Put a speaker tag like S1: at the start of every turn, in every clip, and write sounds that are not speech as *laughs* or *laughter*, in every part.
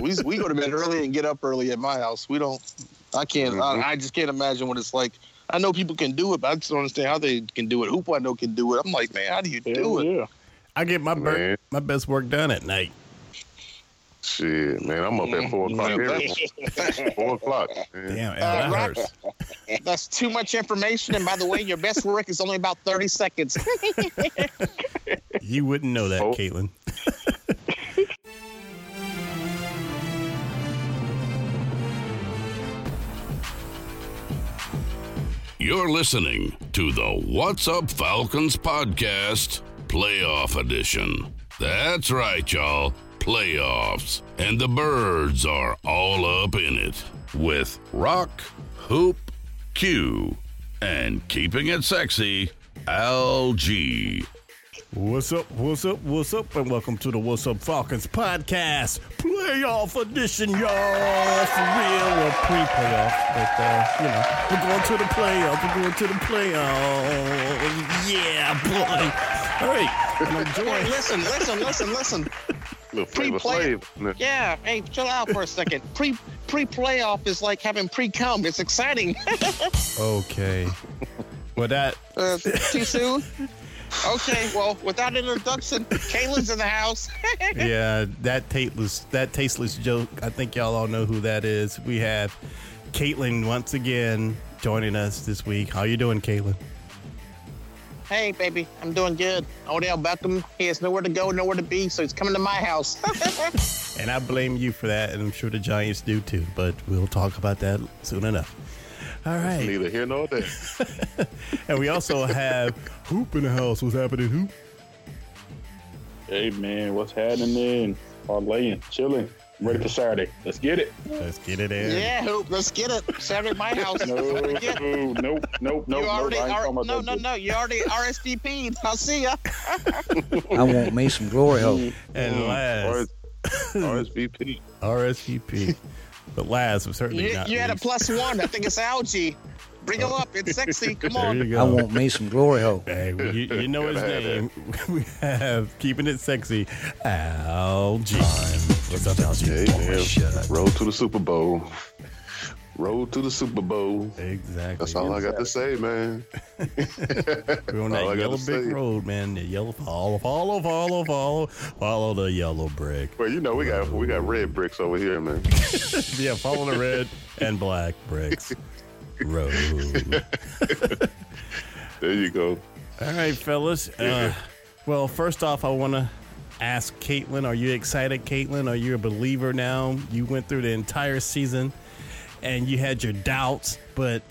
S1: we we go to bed early and get up early at my house. We don't. I can't.
S2: Mm-hmm.
S1: I, I just can't imagine what it's like. I know people can do it, but I just don't understand how they can do it. Hoop I know can do it. I'm like, man, how do you do
S3: Hell
S1: it?
S3: yeah.
S4: I get my
S2: Man.
S4: bur- my best work done at night.
S2: Shit, man, I'm up
S1: Mm.
S2: at Mm-hmm. four o'clock.
S1: Mm-hmm.
S2: every morning. four o'clock. man.
S4: Damn,
S1: Uh,
S4: Al, that
S1: Rock-
S4: hurts.
S1: That's too much information. And by the way, your best work is only about 30 seconds.
S4: You wouldn't know that,
S2: Oh.
S4: Caitlin.
S5: You're listening to the What's Up Falcons podcast, Playoff Edition. That's right, y'all. Playoffs. And the birds are all up in it with Rock, Hoop, Q, and keeping it sexy, LG.
S4: What's up? What's up? What's up? And welcome to the What's Up Falcons podcast playoff edition, y'all. For real, well, pre-playoff, but uh, you know, we're going to the playoff. We're going to the playoff. Yeah, boy. All right, and I'm
S1: hey,
S2: *laughs*
S4: joined.
S1: listen, listen, listen, listen.
S2: Little flavor
S1: Pre-play-
S2: Flav.
S1: Yeah, hey, chill out for a second. Pre pre playoff is like having pre cum. It's exciting.
S4: Okay. Well, that
S1: Uh, too soon. Okay, well, without introduction, Kaylin's in the house. *laughs*
S4: yeah, that tasteless that tasteless joke. I think y'all all know who that is. We have Caitlin once again joining us this week. How you doing, Caitlin?
S1: hey, baby, I'm doing good. Odell Beckham, he has nowhere to go, nowhere to be, so he's coming to my house. *laughs*
S4: And I blame you for that, and I'm sure the Giants do too. But we'll talk about that soon enough. All right,
S2: Neither here nor there.
S4: and we also have Hoop in the house. What's happening, Hoop?
S3: Hey man, what's happening? I'm laying, chilling, ready for Saturday. Let's get it.
S4: Let's get it in.
S1: yeah, Hoop, let's get it. Saturday at my house.
S3: No,
S1: Don't
S3: no,
S1: forget.
S3: nope, nope, nope.
S1: you
S3: nope, I ain't
S1: already
S3: talking
S1: are,
S3: about
S1: no
S3: that
S1: no
S3: shit.
S1: no you already RSVP'd. I'll see ya.
S6: I want me some glory hole.
S4: And last,
S2: RSVP.
S4: RSVP. But last, but certainly
S1: You,
S4: not
S1: you had a
S4: least.
S1: plus one. I think it's algae. Bring him up. It's sexy. Come
S4: There
S1: on.
S4: you go.
S6: I want me some glory hole.
S4: *laughs* Hey, well, you, you know his
S2: Gotta have
S4: name. *laughs* we have keeping it sexy, Al G. What's up, Al G?
S2: Hey, man. Road to the Super Bowl. Road to the Super Bowl.
S4: Exactly.
S2: That's all I got to say, man.
S4: We're on
S2: all I
S4: that
S2: gotta
S4: yellow
S2: say.
S4: brick road, man. The yellow follow, follow, follow, follow, follow the yellow brick.
S2: Well, you know we got we got red bricks over here, man.
S4: Yeah, follow the red and black
S2: *laughs*
S4: bricks road.
S2: There you go.
S4: All right, fellas. Uh, well, first off, I want to ask Caitlin, are you excited, Caitlin? Are you a believer now? You went through the entire season and you had your doubts, but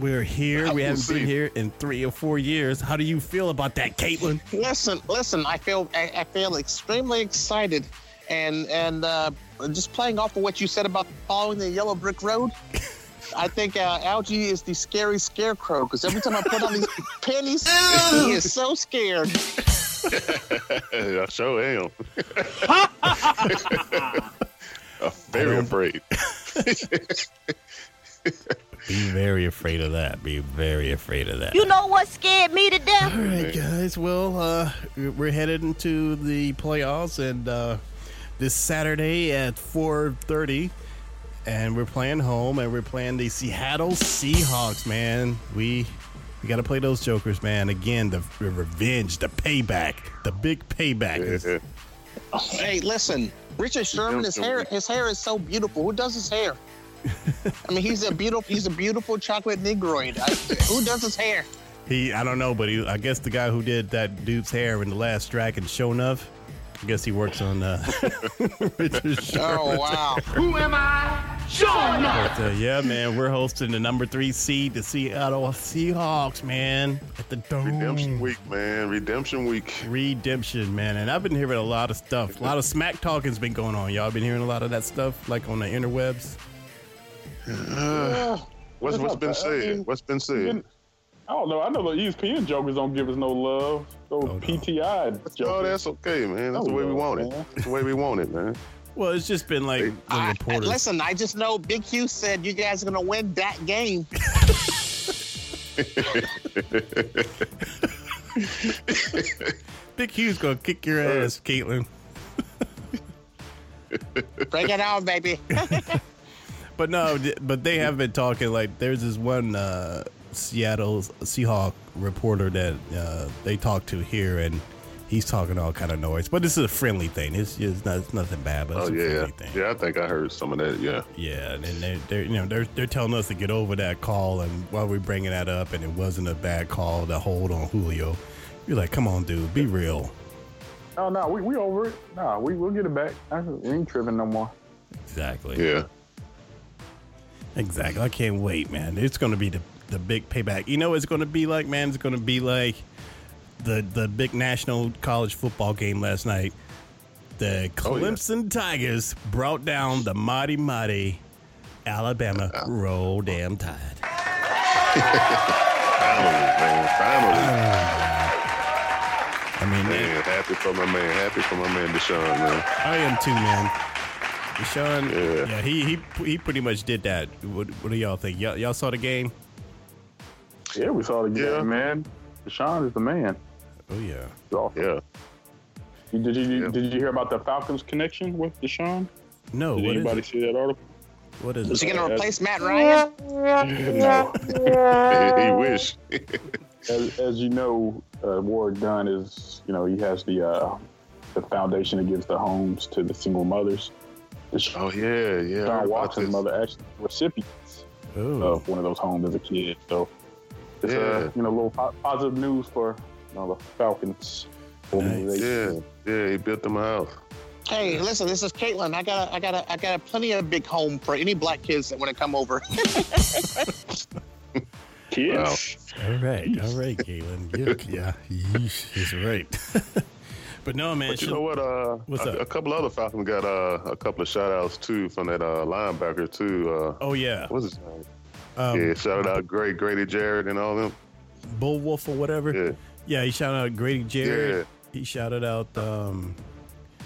S4: we're here. We
S2: We'll
S4: haven't
S2: see.
S4: been here in three or four years. How do you feel about that, Caitlin?
S1: Listen, listen. I feel I, I feel extremely excited, and and uh, just playing off of what you said about following the yellow brick road. I think uh, Algie is the scary scarecrow because every time I put on these *laughs* pennies, he is so scared.
S2: Hey, I sure am. *laughs* I'm very afraid.
S4: Be very afraid of that. Be very afraid of that.
S7: You know what scared me to death?
S4: All right, guys. Well, uh, we're headed into the playoffs, and uh, this Saturday at four thirty, and we're playing home, and we're playing the Seattle Seahawks. Man, we we got to play those jokers, man. Again, the, the revenge, the payback, the big payback. is-
S2: Yeah.
S1: Hey, listen, Richard Sherman, his hair, his hair is so beautiful. Who does his hair? I mean, he's a beautiful, he's a beautiful chocolate negroid. I, who does his hair?
S4: He, I don't know, but he, I guess the guy who did that dude's hair in the last Dragon, show enough. I guess he works on uh, *laughs* Richard Sherman.
S1: Oh wow!
S4: But, uh, yeah, man, we're hosting the number three seed, the Seattle Seahawks, man, at the Dome.
S2: Redemption week, man. Redemption week.
S4: Redemption, man. And I've been hearing a lot of stuff. A lot of smack talking's been going on, y'all. I've been hearing a lot of that stuff, like on the interwebs.
S2: What's what's been said? What's been said?
S3: I don't know. I know the ESPN jokers don't give us no love. Those
S4: no.
S3: PTI
S2: Oh,
S3: jokers.
S2: that's okay, man. That's the way we want it. That's the way we want it,
S4: *laughs*
S2: man.
S4: Well, it's just been like the
S1: I- I-
S4: reporters.
S1: listen, I just know Big Q said you guys are gonna win that game.
S4: Big Hugh's gonna kick your ass, Caitlin.
S1: Break it out, baby.
S4: But no, d- but they have been talking. Like there's this one uh, Seattle Seahawk reporter that uh, they talked to here, and he's talking all kind of noise. But this is a friendly thing. It's, it's, not, it's nothing bad, but it's
S2: Oh
S4: a
S2: yeah,
S4: friendly thing.
S2: yeah. I think I heard some of that. Yeah.
S4: Yeah, and they're, they're you know they're they're telling us to get over that call, and while we're bringing that up, and it wasn't a bad call to hold on Julio. You're like, come on, dude, be real.
S3: No, no, we, we over it. No, we, we'll get it back. I, we ain't tripping no more.
S4: Exactly.
S2: Yeah.
S4: Exactly. I can't wait, man. It's going to be the, the big payback. You know, what it's going to be like, man. It's going to be like the the big national college football game last night. The
S2: Oh, yeah.
S4: Clemson Tigers brought down the mighty mighty Alabama roll damn tide.
S2: Finally, man.
S4: Ah,
S2: Finally.
S4: I mean,
S2: Man, happy for my man. Happy for my man Deshaun, man.
S4: I am too, man. Deshaun, yeah,
S2: Yeah.
S4: he, he he pretty much did that. What, what do y'all think? Y'all, y'all saw the game?
S3: Yeah, we saw it again,
S2: Yeah.
S3: man. Deshaun is the man.
S4: Oh yeah.
S3: He's awesome.
S2: Yeah.
S3: Did you
S2: Yeah.
S3: did you hear about the Falcons connection with Deshaun?
S4: No, Oh, what
S3: Did
S4: is,
S3: anybody
S4: it?
S3: see that article?
S4: what is
S1: Is
S4: it?
S1: he
S3: Uh,
S1: gonna
S3: that's-
S1: replace Matt Ryan?
S2: *laughs*
S3: no.
S2: He, he wish.
S3: As, as you know, uh, Ward Dunn is you know he has the uh, the foundation that gives the homes to the single mothers. Deshaun
S2: Oh yeah, yeah. I heard about
S3: Watson's
S2: this. Hmm.
S3: mother actually recipients
S4: Oh,
S3: of one of those homes as a kid. So it's
S2: Yeah.
S3: uh, you know a little po- positive news for you know, the Falcons. organization.
S2: Yeah, yeah. He built them a house.
S1: Hey, listen, this is Caitlin. I got a, I got a, I got a plenty of big home for any black kids that want to come over.
S3: Kids.
S4: all right, all right, Galen. Yeah, yeah, yeesh, he's right. *laughs* but no, man.
S2: But you
S4: she-
S2: know what? Uh,
S4: What's
S2: a,
S4: up?
S2: a couple other Falcons got uh, a couple of shout outs too from that uh, linebacker too. Uh,
S4: oh yeah,
S2: What's his name?
S4: um,
S2: yeah, shout out Great Grady Jarrett and all
S4: *laughs*
S2: them.
S4: Bull Wolf or whatever. Yeah.
S2: Yeah,
S4: he shouted out Grady Jarrett. He shouted out. um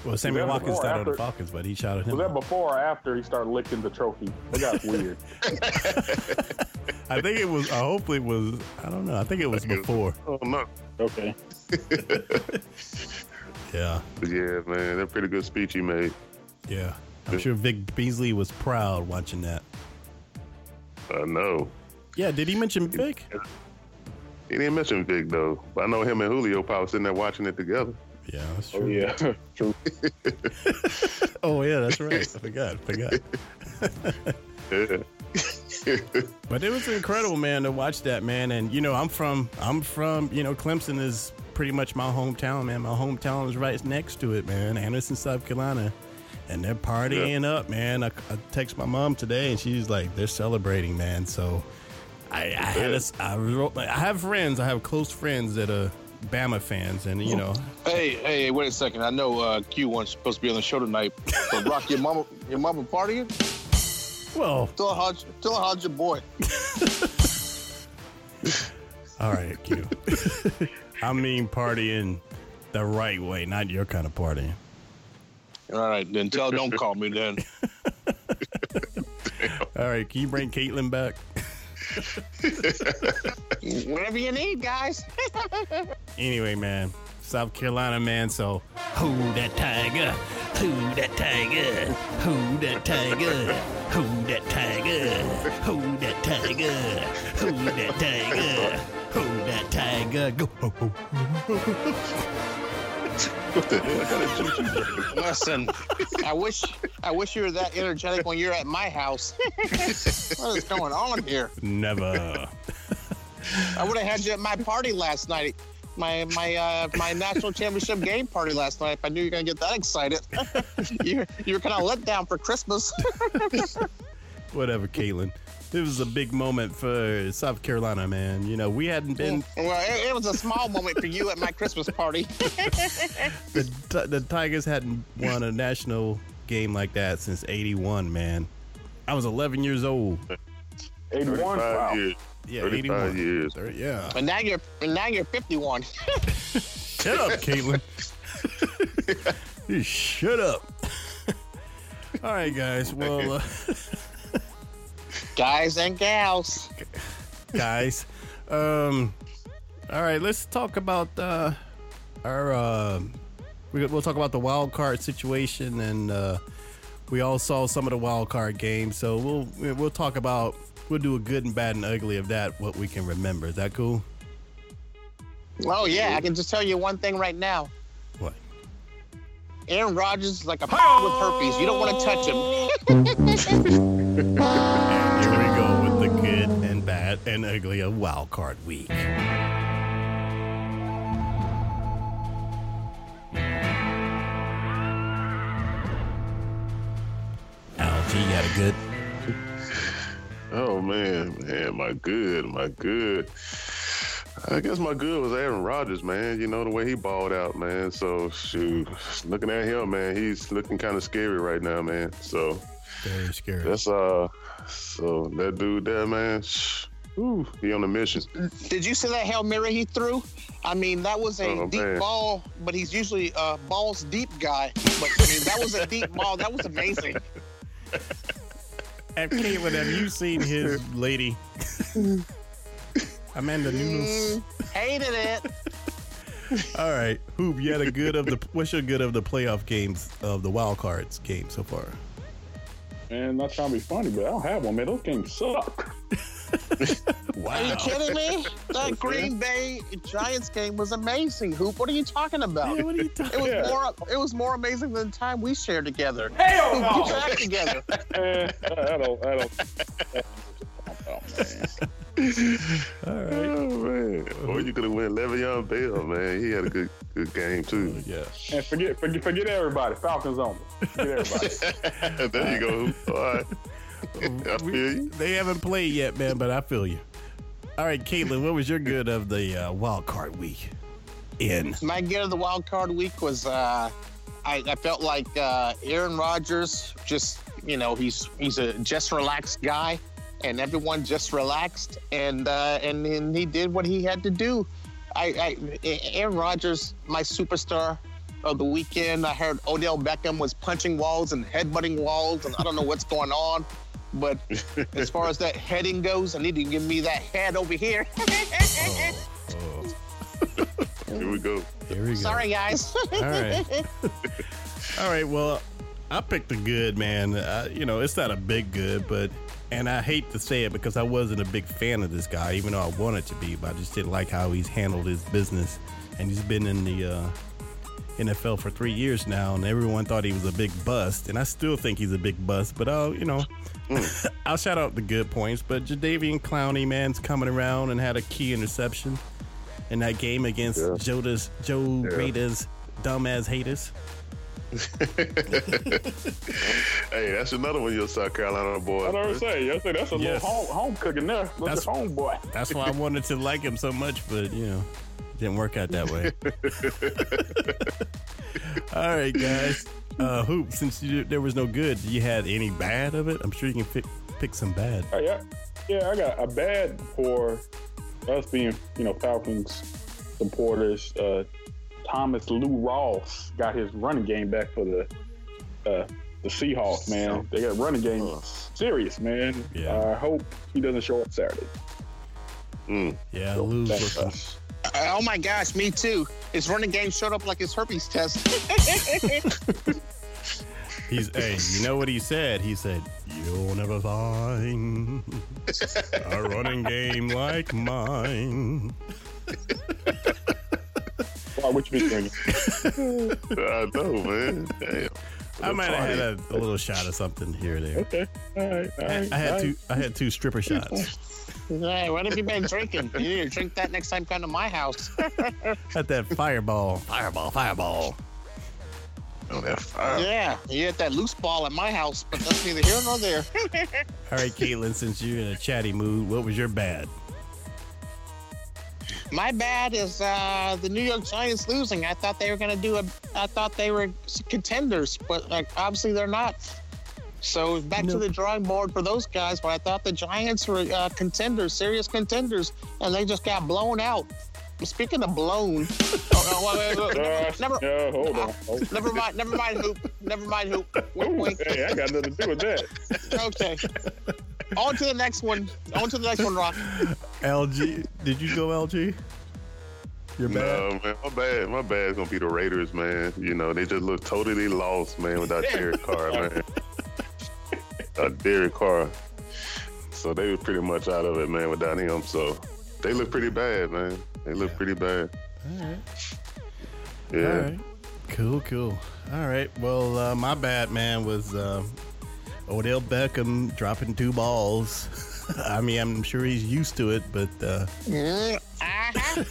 S4: well, Samuel
S3: that
S4: Watkins
S3: before or
S4: not on the
S3: after?
S4: Falcons, but he shouted him.
S3: Was that
S4: out.
S3: before or after he started licking the trophy?
S2: *laughs*
S3: It got weird.
S4: I think it was. I hope it was. I don't know. I think it was
S2: think it was-
S4: before.
S2: oh no,
S3: okay.
S4: Yeah.
S2: but yeah, man, that pretty good speech he made.
S4: Yeah. I'm sure Vic Beasley was proud watching that.
S2: I know.
S4: Yeah, did he mention Vic?
S2: He didn't mention Vic though, but I know him and Julio probably sitting there watching it together.
S4: Yeah, that's
S3: Oh
S4: true.
S3: yeah. True.
S4: Oh, yeah, that's right. I forgot. I forgot.
S2: Yeah,
S4: But it was incredible, man, to watch that, man. And you know, I'm from I'm from, you know, Clemson is pretty much my hometown, man. My hometown is right next to it, man. Anderson, South Carolina. And they're partying up, man. I, I text my mom today and she's like, they're celebrating, man. So I, I had a s I wrote, I have friends, I have close friends that are Bama fans, and you know,
S1: hey, hey, wait a second. I know uh, Q one's supposed to be on the show tonight, but Rock, your mama, your mama partying?
S4: well,
S1: Tell her, how, tell her how's your boy.
S4: All right, Q. I mean partying the right way, not your kind of partying.
S1: All right, then tell. Don't call me then.
S4: All right, can you bring Caitlin back?
S1: *laughs* Whatever you need, guys.
S4: Anyway, man, South Carolina, man. So, who that tiger? Who that tiger? Who that tiger? Who that tiger? Who that tiger? Who that tiger? Who that tiger? Go! ho, ho.
S3: *laughs*
S1: Listen, I wish I wish you were that energetic when you're at my house. *laughs* what is going on here?
S4: Never.
S1: I would have had you at my party last night. My my uh, my national championship game party last night. If I knew you were gonna get that excited, *laughs* you you were kind of let down for Christmas.
S4: Whatever, Caitlin. It was a big moment for South Carolina, man. You know, we hadn't been
S1: *laughs* well, it, it was a small moment for you at my Christmas party.
S4: the, the Tigers hadn't won a national game like that since 81, man. I was 11 years old.
S3: 81.
S2: 35
S3: Wow.
S2: years.
S4: Yeah,
S2: 35
S4: 81.
S2: years.
S4: 30, yeah.
S1: But now you're but now you're 51.
S4: Shut up, Caitlin. *laughs* you shut up. *laughs* All right, guys. Well, uh,
S1: *laughs* Guys and gals.
S4: guys. Um, all right, let's talk about uh, our. Uh, we, we'll talk about the wild card situation, and uh, we all saw some of the wild card games. So we'll we'll talk about we'll do a good and bad and ugly of that. What we can remember. Is that cool?
S1: Oh yeah, I can just tell you one thing right now.
S4: What?
S1: Aaron Rodgers is like a pig with herpes. You don't want to touch him.
S4: Here we go with the good and bad and ugly of wild card week. Algie, you had a good.
S2: Oh man, man, my good, my good. I guess my good was Aaron Rodgers, man. You know the way he balled out, man. So shoot, looking at him, man, he's looking kind of scary right now, man. So
S4: Very scary.
S2: that's uh, so that dude there, man. Shh, ooh, he on a mission. *laughs*
S1: Did you see that hail mary he threw? I mean, that was a
S2: Oh,
S1: deep
S2: man.
S1: ball, but he's usually a balls deep guy. But I mean, that was a deep ball. That was amazing.
S4: And Caitlin, have you seen his lady? *laughs* Amanda Nunes.
S1: Mm, hated it.
S4: All right, Hoop, you had a good of the. What's your good of the playoff games of the wild cards game so far?
S3: Man, not trying to be funny, but I don't have one, man. Those games suck.
S1: Are you
S4: Wow.
S1: kidding me? That Green Bay Giants game was amazing. Hoop, what are you talking about?
S4: Yeah,
S1: It
S4: what are you talking?
S1: was
S3: Yeah.
S1: more. It was more amazing than the time we shared together. Hell no! Get your act together.
S3: Eh, I don't. I don't. Oh, *laughs* man.
S4: All right.
S2: Oh man, or you could have went Le'Veon Bell, man. He had a good, good game too.
S4: Yeah.
S3: And forget, forget, forget everybody. Falcons only. *laughs* Forget everybody.
S2: Oh, *laughs* there you go. All *laughs* right. I
S4: We-
S2: feel you.
S4: They haven't played yet, man, but I feel you. All right, Caitlin, what was your good of the uh, wild card week? In
S1: My get of the wild card week was uh, I, I felt like uh, Aaron Rodgers just you know he's he's a just relaxed guy, and everyone just relaxed and uh, and then he did what he had to do. I, I Aaron Rodgers, my superstar of the weekend. I heard Odell Beckham was punching walls and headbutting walls, and I don't know what's going on. But as far as that heading goes, I need you to give me that head over here.
S4: Oh,
S2: Here we go. *laughs*
S4: here we go.
S1: Sorry, guys.
S4: All right. All right. Well, I picked a good man. Uh, you know, it's not a big good, but and I hate to say it because I wasn't a big fan of this guy, even though I wanted to be, but I just didn't like how he's handled his business. And he's been in the uh, NFL for three years now, and everyone thought he was a big bust, and I still think he's a big bust. But I'll, you know, *laughs* I'll shout out the good points. But Jadavian Clowney, man's coming around and had a key interception in that game against
S2: Yeah.
S4: Jodas Joe Rada's dumbass haters.
S2: Hey, that's another one of your South Carolina boys.
S3: I don't say. I say that's a
S4: Yes.
S3: little home, home cooking there.
S4: That's-
S3: That's your homeboy.
S4: That's why I wanted to like him so much, but you know, didn't work out that way. All right, guys. Uh, Hoop, since you, there was no good, you had any bad of it? I'm sure you can pick, pick some bad.
S3: Oh, yeah, yeah. I got a bad for us being, you know, Falcons supporters. Uh, Thomas Lou Ross got his running game back for the uh, the Seahawks. Man, they got running game serious, man.
S4: Yeah.
S3: I hope he doesn't show up Saturday.
S4: Yeah, Lou's
S3: That's
S4: looking.
S3: us.
S1: Oh my gosh, me too. His running game showed up like his herpes test. *laughs*
S4: He's hey, you know what he said? He said, "You'll never find a running game like mine."
S3: Why? What you been drinking?
S2: I know, man. Damn.
S4: I might have had a, a little shot of something here or there.
S3: Okay. All right. All
S4: I,
S3: right.
S4: I had
S3: all
S4: two. I had two stripper *laughs* shots
S1: hey, what have you been drinking? You need to drink that next time come to my house.
S4: at that fireball. Fireball. Fireball.
S2: on that fire.
S1: yeah, you had that loose ball at my house, but that's neither here nor there.
S4: All right, Caitlin, since you're in a chatty mood, what was your bad?
S1: My bad is uh, the New York Giants losing. I thought they were gonna do a. I thought they were contenders, but like, obviously they're not. So back to the drawing board for those guys. But I thought the Giants were uh, contenders, serious contenders, and they just got blown out. Speaking of blown, oh, oh, wait, wait, wait,
S3: Uh,
S1: never,
S3: yeah, hold on. Oh,
S1: never mind, never mind, hoop, never mind, hoop. Wink,
S3: ooh,
S1: wink.
S3: hey, I got nothing to do with that.
S1: Okay, on to the next one. On to the next one, Rock.
S4: LG, did you go LG? You're bad.
S2: No, man, my bad. My bad's gonna be the Raiders, man. You know, they just look totally lost, man, without Derek Carr, man. Without Derek Carr. So they were pretty much out of it, man, without him. So they look pretty bad, man. They look pretty bad.
S4: All right.
S2: Yeah.
S4: All right. Cool, cool. All right. Well, uh, my bad man was uh, Odell Beckham dropping two balls. *laughs* I mean, I'm sure he's used to it, but uh,
S1: Yeah, uh-huh.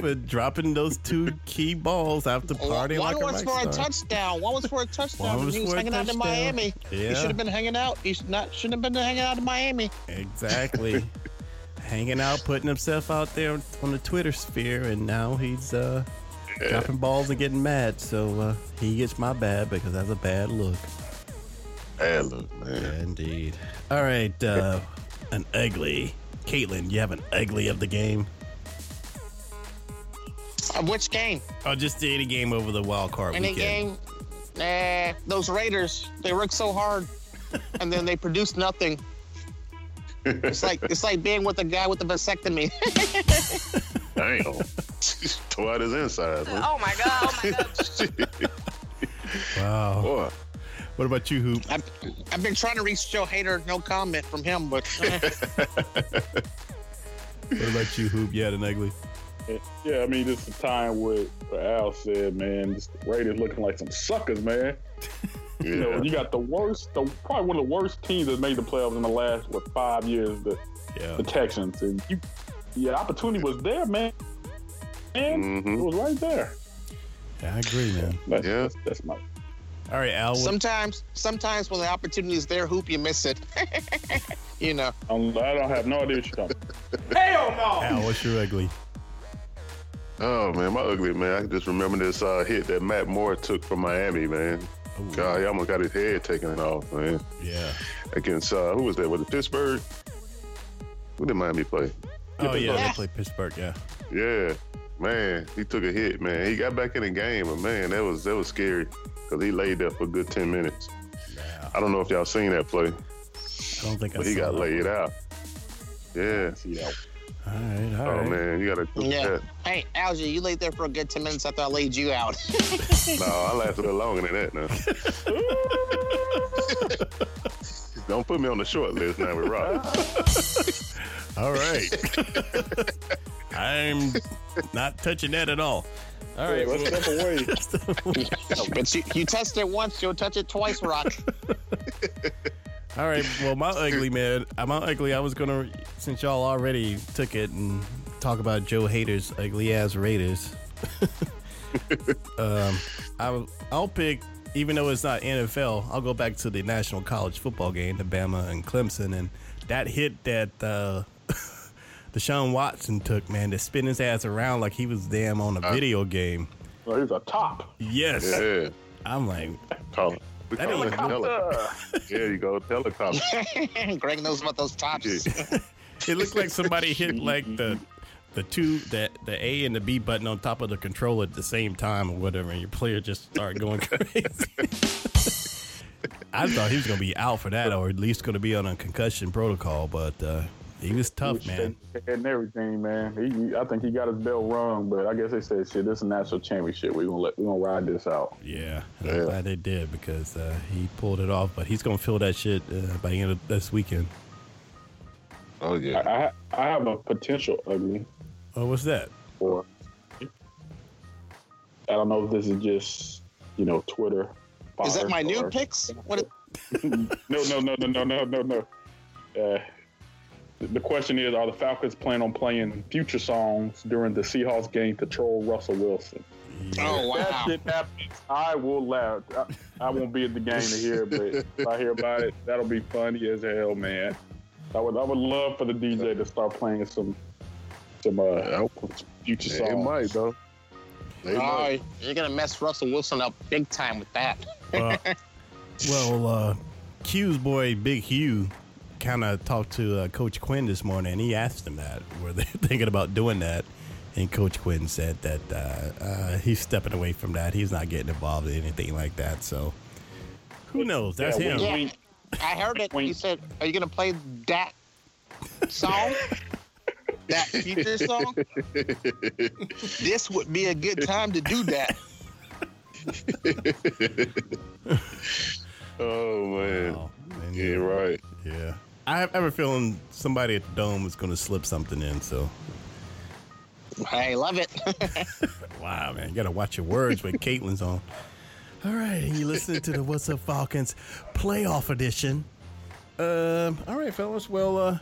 S4: but dropping those two key balls after partying
S1: One
S4: like a
S1: was
S4: rock
S1: for a
S4: star.
S1: touchdown. One was for a touchdown.
S4: One was
S1: he was
S4: for a
S1: hanging out in
S4: touchdown.
S1: Miami.
S4: Yeah.
S1: He should have been hanging out. He should not shouldn't have been hanging out in Miami.
S4: Exactly. Hanging out, putting himself out there on the Twitter sphere, and now he's uh, dropping balls and getting mad. So uh, he gets my bad because that's a bad look.
S2: Bad look,
S4: *laughs*
S2: man.
S4: Indeed. All right, uh, an ugly. Caitlin, you have an ugly of the game.
S1: Uh, which game?
S4: Oh, just any game over the wild card
S1: Any
S4: weekend.
S1: game? Nah, those Raiders. They work so hard, and then they produce nothing. It's like it's like being with a guy with a vasectomy. *laughs*
S2: *laughs* Damn. Tore out his insides, man.
S7: Oh my god! *laughs* Oh my god!
S2: *laughs*
S4: Wow.
S2: Boy.
S4: What about you, Hoop?
S1: I've, I've been trying to reach Joe Hader. No comment from him,
S4: *laughs*
S1: but uh,
S4: What about you, Hoop? You had an ugly.
S3: Yeah, I mean, this is time with what Al said, man. This Raiders looking like some suckers, man. You know,
S2: Yeah.
S3: you got the worst, the probably one of the worst teams that made the playoffs in the last what five years, the,
S4: Yeah.
S3: the Texans, and you, yeah, opportunity was there, man. And it
S2: Mm-hmm.
S3: was right there.
S4: I agree, man.
S3: That's,
S2: Yeah.
S3: that's, that's my.
S4: All right, Al. what-
S1: sometimes sometimes when the opportunity is there, hoop you miss it. *laughs* you know.
S3: I don't I don't have no idea what you're talking. about.
S4: Al, what's your ugly?
S2: Oh man, my ugly man. I can just remember this uh, hit that Matt Moore took from Miami, man.
S4: Ooh,
S2: God, he almost got his head taken off, man.
S4: Yeah.
S2: against uh, who was that? Was it Pittsburgh? Who did Miami play?
S4: Oh, yeah. They
S1: Yeah.
S4: play Pittsburgh, yeah.
S2: Yeah, man, he took a hit, man. He got back in the game, but man, that was that was scary because he laid there for a good ten minutes.
S4: Yeah.
S2: I don't know if y'all seen that play,
S4: I don't think I
S2: but he
S4: saw
S2: got
S4: that.
S2: laid out. Yeah.
S3: See that?
S4: All right, all
S2: Oh
S4: right.
S2: man, you gotta cook
S1: Yeah.
S2: that.
S1: Hey, Algie, you laid there for a good 10 minutes after I laid you out. *laughs*
S2: No, I lasted a little longer than that. Now, don't put me on the short list now with
S4: *laughs*
S2: Rock. Oh,
S4: All
S2: *laughs*
S4: right. I'm not touching that at all. All
S3: Hey,
S4: right.
S3: let's step away.
S1: but you, you test it once, you'll touch it twice, Rock. *laughs*
S4: All right. Well, my ugly man, uh, my ugly. I was gonna since y'all already took it and talk about Joe Hader's ugly ass Raiders. um, I I'll pick even though it's not NFL. I'll go back to the National College Football game, the Bama and Clemson, and that hit that uh, *laughs* Deshaun Watson took, man, to spin his ass around like he was damn on a video game.
S3: Well, he's a top.
S4: Yes,
S2: Yeah,
S4: I'm like,
S2: call it. We
S4: That
S2: call it
S3: Helicopter.
S2: tele- There you go, helicopter.
S4: *laughs*
S1: Greg knows about those tops.
S2: Yeah.
S4: It looked like somebody hit like the the two the the A and the B button on top of the controller at the same time or whatever, and your player just started going *laughs* crazy. I thought he was gonna be out for that, or at least gonna be on a concussion protocol, but uh, he was tough, man.
S3: And everything, man. He, he- I think he got his bell rung, but I guess they said, "Shit, this is a national championship. We're gonna let, we gonna ride this out."
S4: Yeah, and I'm
S2: Yeah.
S4: glad they did because uh, he pulled it off. But he's gonna feel that shit uh, by the end of this weekend.
S2: Oh
S3: I,
S2: yeah.
S3: I, ha- I have a potential ugly,
S4: Oh, what's that?
S3: or I don't know if this is just you know Twitter.
S1: Is that
S3: fodder
S1: my new
S3: or-
S1: picks? What?
S3: *laughs* No, no, no, no, no, no, no, no. Uh, the- the question is: Are the Falcons planning on playing future songs during the Seahawks game to troll Russell Wilson?
S1: Oh,
S3: If That
S1: wow.
S3: shit happens. I will laugh. I, I won't be at the game to hear, but if I hear about it, that'll be funny as hell, man. I would, I would love for the DJ to start playing some, some uh, future
S2: Yeah, it
S3: songs.
S2: might though. They
S1: Oh,
S2: might.
S1: you're going to mess Russell Wilson up big time with that.
S4: Well, Uh, Well, uh, Q's boy, Big Hugh, kind of talked to uh, Coach Quinn this morning, and he asked him that were they *laughs* thinking about doing that, and Coach Quinn said that uh, uh, he's stepping away from that. He's not getting involved in anything like that. So, who knows? That's
S3: Yeah,
S4: him.
S3: we-
S1: Yeah. I heard it. He said, "Are you gonna play that song? that future song? this would be a good time to do that."
S2: *laughs* Oh man.
S4: Oh, man.
S2: Yeah, right.
S4: Yeah. I have, I have a feeling somebody at the dome is going to slip something in. So,
S1: I love it.
S4: wow, man, you got to watch your words when Caitlin's on. *laughs* All right, and you listening to the What's Up Falcons playoff edition. Um, all right, fellas. Well, uh,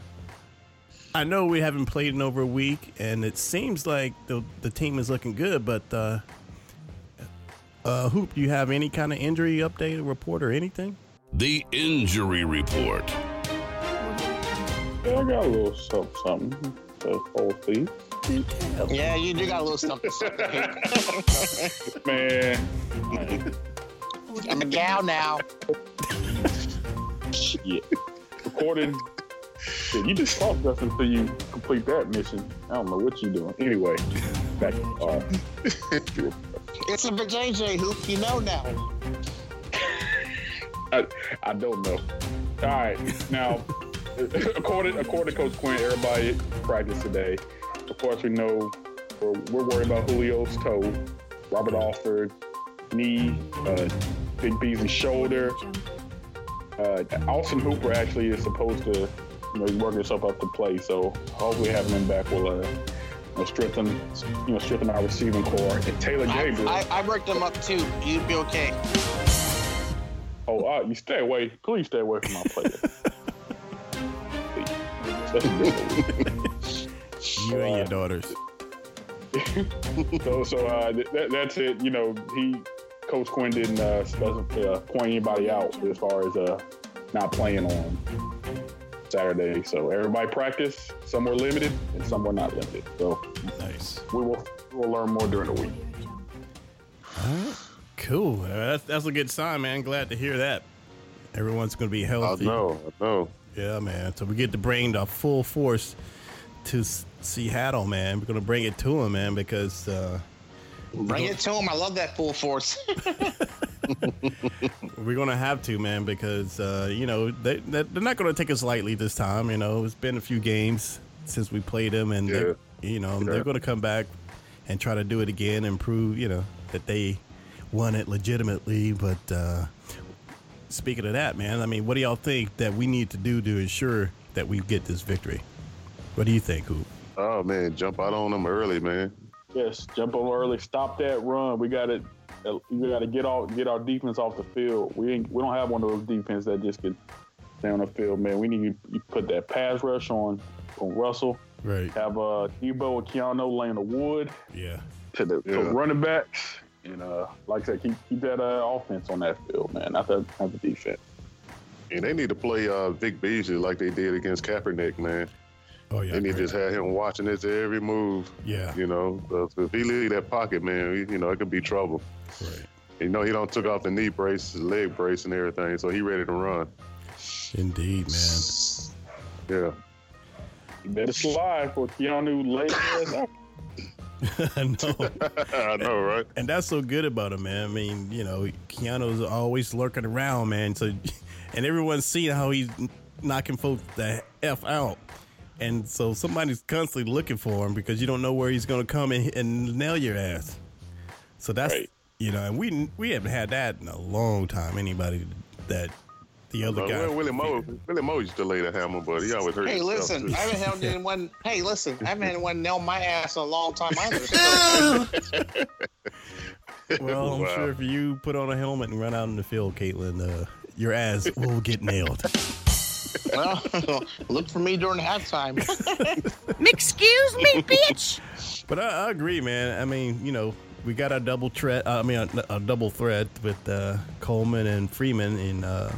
S4: I know we haven't played in over a week, and it seems like the the team is looking good. But uh, uh, Hoop, do you have any kind of injury update or report or anything?
S5: The injury report.
S3: Yeah, I got a little something, something for the whole thing.
S1: yeah, you do got a little something. something here.
S3: Man,
S1: I'm a gal now.
S3: shit. Recording. Shit, you just talk us until you complete that mission. I don't know what you're doing. Anyway, back. All right.
S1: It's a JJ hoop. You know now.
S3: I, I don't know. All right, now *laughs* according according to Coach Quinn, everybody practiced today. Of course, we know we're, we're worried about Julio's toe, Robert Alford knee, uh, Big Beasley's shoulder. Uh, Austin Hooper actually is supposed to, you know, work himself up to play. So hopefully, having him back will, uh, you know, strengthen, you know, strengthen our receiving core. And Taylor
S1: I,
S3: Gabriel.
S1: I, I worked them up too. You'd be okay.
S3: Oh, uh, you stay away. Please stay away from my player. Please.
S4: You and your daughters.
S3: so, so uh, th- that, that's it. You know, he, Coach Quinn didn't uh, specify, uh, point anybody out as far as uh, not playing on Saturday. So everybody practiced. Some were limited, and some were not limited. So
S4: Nice.
S3: we will we'll learn more during the week.
S4: Cool. Uh, That's, that's a good sign, man. Glad to hear that. Everyone's going to be
S2: I
S4: healthy.
S2: know. I know.
S4: Yeah, man. So we get to bring the full force to S- Seattle, man. We're gonna bring it to him, man, because uh,
S1: Bring it to him. I love that full force. *laughs*
S4: we're gonna have to, man, because uh, you know they, they- they're not gonna take us lightly this time. You know, it's been a few games since we played them, and they're- you know they're gonna come back and try to do it again and prove, you know, that they won it legitimately. But uh, speaking of that, man, I mean, what do y'all think that we need to do to ensure that we get this victory? What do you think, Hoop?
S2: Oh man, jump out on them early, man.
S3: Yes, jump on early. Stop that run. We got to we got to get off get our defense off the field. We ain't, we don't have one of those defense that just can stay on the field, man. We need to you put that pass rush on on Russell.
S4: Right.
S3: Have uh Debo and Keanu laying the wood
S4: Yeah.
S3: to the to
S2: Yeah.
S3: running backs, and uh like I said, keep keep that uh, offense on that field, man. Not that not the defense.
S2: And they need to play uh, Vic Beasley like they did against Kaepernick, man.
S4: Oh yeah.
S2: they need to
S4: great.
S2: just have him watching his every move.
S4: Yeah.
S2: You know, So if he leave that pocket, man, you know it could be trouble.
S4: Right.
S2: You know he don't took off the knee brace, his leg brace, and everything, so he ready to run.
S4: Indeed, man. *laughs*
S2: Yeah. *laughs*
S3: You better slide for Keanu late.
S4: I know.
S2: I know, right?
S4: And that's so good about him, man. I mean, you know, Keanu's always lurking around, man. So, and everyone's seeing how he's knocking folks the f out. And so somebody's constantly looking for him because you don't know where he's going to come and, and nail your ass. So that's
S3: Right.
S4: you know, and we we haven't had that in a long time. Anybody that the other
S2: But
S4: guy,
S2: well, Willie Moe, Willie Moe used to lay the hammer, but he always hurt
S1: Hey,
S2: himself,
S1: listen,
S2: too.
S1: I haven't held anyone. Hey, listen, I haven't had anyone nail my ass in a long time either. *laughs* So
S2: *laughs*
S4: Well, I'm
S2: Wow.
S4: sure if you put on a helmet and run out in the field, Caitlin, uh, your ass will
S2: *laughs*
S4: get nailed.
S1: well, *laughs* look for me during *laughs* halftime.
S7: Excuse me, bitch.
S4: But I, I agree, man. I mean, you know, we got a double threat. uh, I mean, a, a double threat with uh, Coleman and Freeman, and uh,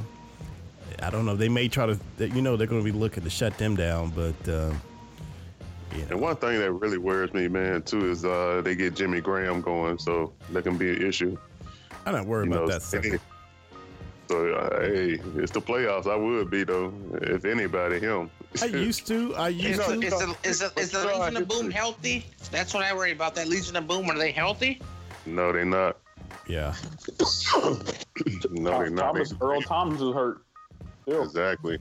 S4: I don't know. They may try to, that- you know, they're going to be looking to shut them down. But uh, you
S2: And
S4: know,
S2: one thing that really worries me, man, too, is uh, they get Jimmy Graham going, so that can be an issue.
S4: I'm not worried
S2: You
S4: about
S2: know, *laughs*
S4: that.
S2: they
S4: Stuff.
S2: need, So uh, hey, it's the playoffs. I would be though, if anybody him.
S4: I used to. I
S1: Is,
S4: used
S1: the-
S4: to.
S1: is the, is, the, is the Legion of Boom healthy? That's what I worry about. That Legion of Boom, are they healthy?
S2: No, they not. *coughs*
S4: Yeah.
S2: *laughs* No, they not.
S3: Thomas, Earl Thomas is hurt. Still.
S2: Exactly.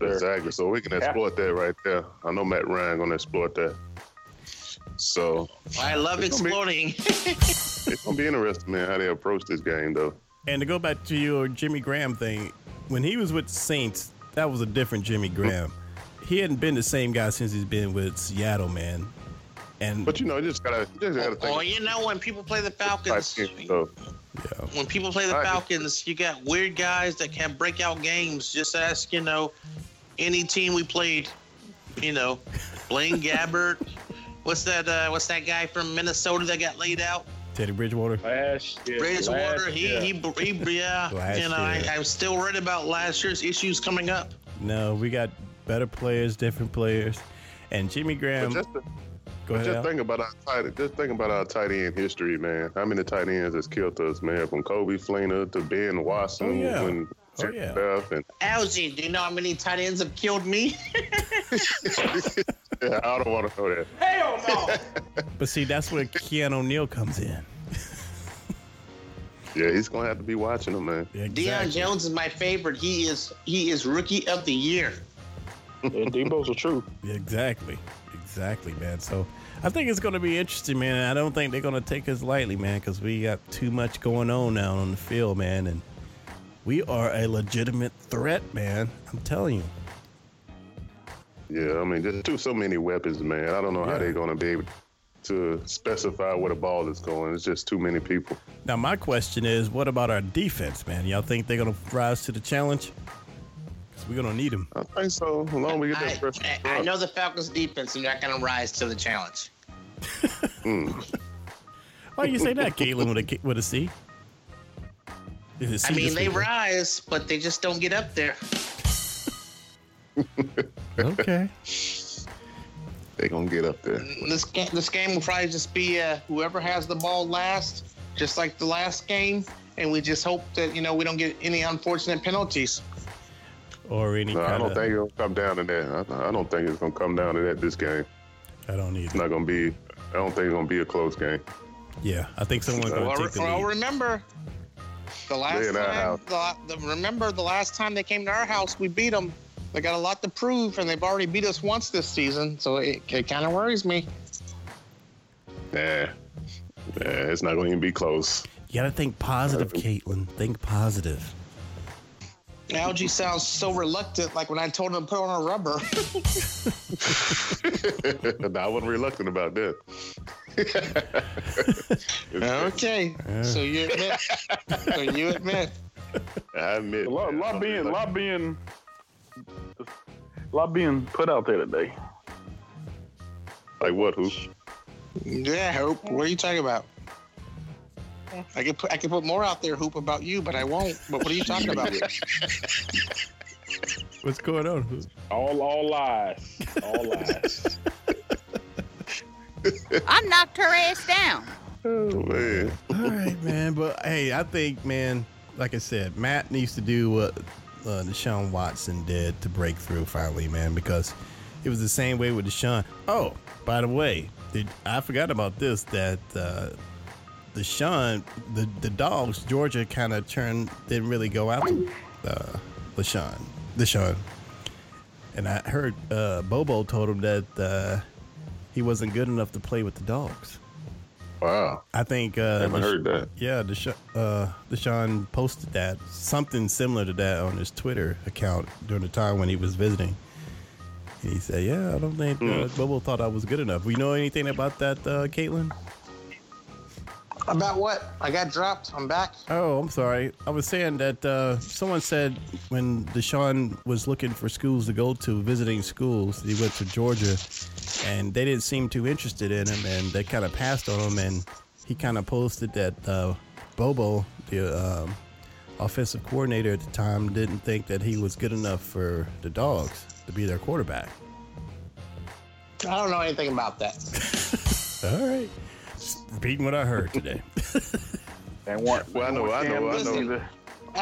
S2: Exactly. So we can exploit that right there. I know Matt Ryan gonna exploit that. So
S1: I love
S2: *laughs* It's gonna
S1: exploding.
S2: it's gonna be interesting, man, how they approach this game though.
S4: And to go back to your Jimmy Graham thing, when he was with the Saints, that was a different Jimmy Graham. He hadn't been the same guy since he's been with Seattle, man. And
S2: But you know, you just gotta you just gotta
S1: Or,
S2: think.
S1: Oh, you know, when people play the
S2: about
S1: Falcons,
S2: teams, though.
S4: yeah,
S1: when people play the
S2: All right.
S1: Falcons, you got weird guys that can break out games. Just ask, you know, any team we played, you know, Blaine Gabbert. What's that? Uh, what's that guy from Minnesota that got laid out?
S4: Teddy Bridgewater.
S3: Last year.
S1: Bridgewater.
S3: last
S1: He,
S3: year.
S1: he, he, yeah.
S4: Last
S1: you know, I,
S4: year.
S1: I'm still worried about last year's issues coming up.
S4: No, we got better players, different players. And Jimmy
S2: But
S4: Graham,
S2: just,
S4: go ahead.
S2: just
S4: Al.
S2: think about our tight just think about our tight end history, man. How many tight ends has killed us, man? From Kobe Fleener to Ben Watson
S4: Oh, yeah.
S2: when
S4: Oh, yeah.
S2: Jeff and *laughs*
S1: Algie, do you know how many tight ends have killed me?
S2: yeah, I don't wanna know that.
S4: But see, that's where Keanu O'Neill comes in.
S2: Yeah, he's gonna have to be watching them, man.
S1: Deion Jones is my favorite. He is he is rookie of the year.
S3: And Debo's are true.
S4: Exactly. Exactly, man. So I think it's going to be interesting, man. I don't think they're going to take us lightly, man, because we got too much going on now on the field, man. And we are a legitimate threat, man. I'm telling you.
S2: Yeah, I mean, just too so many weapons, man. I don't know
S4: Yeah.
S2: how they're gonna be able to specify where the ball is going. It's just too many people.
S4: Now, my question is what about our defense, man? Y'all think they're going to rise to the challenge? Because we're going to need them.
S2: I think so. As long as we get that
S1: I,
S2: pressure,
S1: I- I know the Falcons defense are not going to rise to the challenge.
S4: Why you say that, Caitlin, with a, K- with a C? Is it C
S1: I mean,
S4: this
S1: they
S4: week?
S1: rise, but they just don't get up there.
S4: Okay.
S2: they're gonna get up there.
S1: This game, this game will probably just be uh, whoever has the ball last, just like the last game, and we just hope that you know we don't get any unfortunate penalties.
S4: Or any
S2: No,
S4: kind
S2: I don't
S4: of.
S2: think it'll come down to that. I, I don't think it's gonna come down to that. This game,
S4: I don't
S2: it's
S4: either.
S2: not gonna be. I don't think it's gonna be a close game.
S4: Yeah, I think someone's going
S1: Well,
S4: to
S1: re-
S4: take the
S1: well,
S4: lead.
S1: remember the last
S2: They in our
S1: time.
S2: house.
S1: The, la- the, remember the last time they came to our house, we beat them. They got a lot to prove, and they've already beat us once this season, so it, it kind of worries me.
S2: Nah, nah, it's not gonna even be close. *laughs*
S4: You gotta think positive, Caitlin. Think positive.
S1: Algie sounds so reluctant, like when I told him to put on a rubber.
S2: I wasn't reluctant about that.
S1: *laughs*
S2: *laughs*
S1: okay, so you admit, so you admit.
S2: I admit.
S3: A lot,
S2: man, I
S3: lot
S2: wasn't
S3: being,
S2: reluctant.
S3: lot being, lot being put out there today.
S2: like what? Who?
S1: Yeah, Hope. What are you talking about? I could put I could put more out there, Hoop, about you, but I won't. But what are you talking about?
S4: What's going on?
S3: All, all lies. All lies. *laughs*
S7: I knocked her ass *laughs* down.
S2: Oh, man.
S4: All right, man. But hey, I think, man, like I said, Matt needs to do what uh, Deshaun Watson did to break through finally, man, because it was the same way with Deshaun. Oh, by the way, did, I forgot about this that uh, Deshaun, the, the dogs, Georgia kind of turned, didn't really go after uh, Deshaun. Deshaun. And I heard uh, Bobo told him that uh, he wasn't good enough to play with the dogs.
S2: Wow.
S4: I think uh,
S2: Haven't
S4: Desha-
S2: heard that.
S4: yeah, Desha- uh, Deshaun posted that something similar to that on his Twitter account during the time when he was visiting. And he said, "Yeah, I don't think uh, Bobo thought I was good enough." We know anything about that, uh, Caitlin?
S1: *laughs* about what? I got dropped. I'm back.
S4: Oh, I'm sorry. I was saying that uh, someone said when Deshaun was looking for schools to go to, visiting schools, he went to Georgia, and they didn't seem too interested in him, and they kind of passed on him, and he kind of posted that uh, Bobo, the um, offensive coordinator at the time, didn't think that he was good enough for the Dogs to be their quarterback.
S1: I don't know anything about that.
S4: All right, *laughs* Just repeating what I heard today.
S3: And one,
S2: Well, I know, I know, I know.
S1: Listen,
S2: Yeah,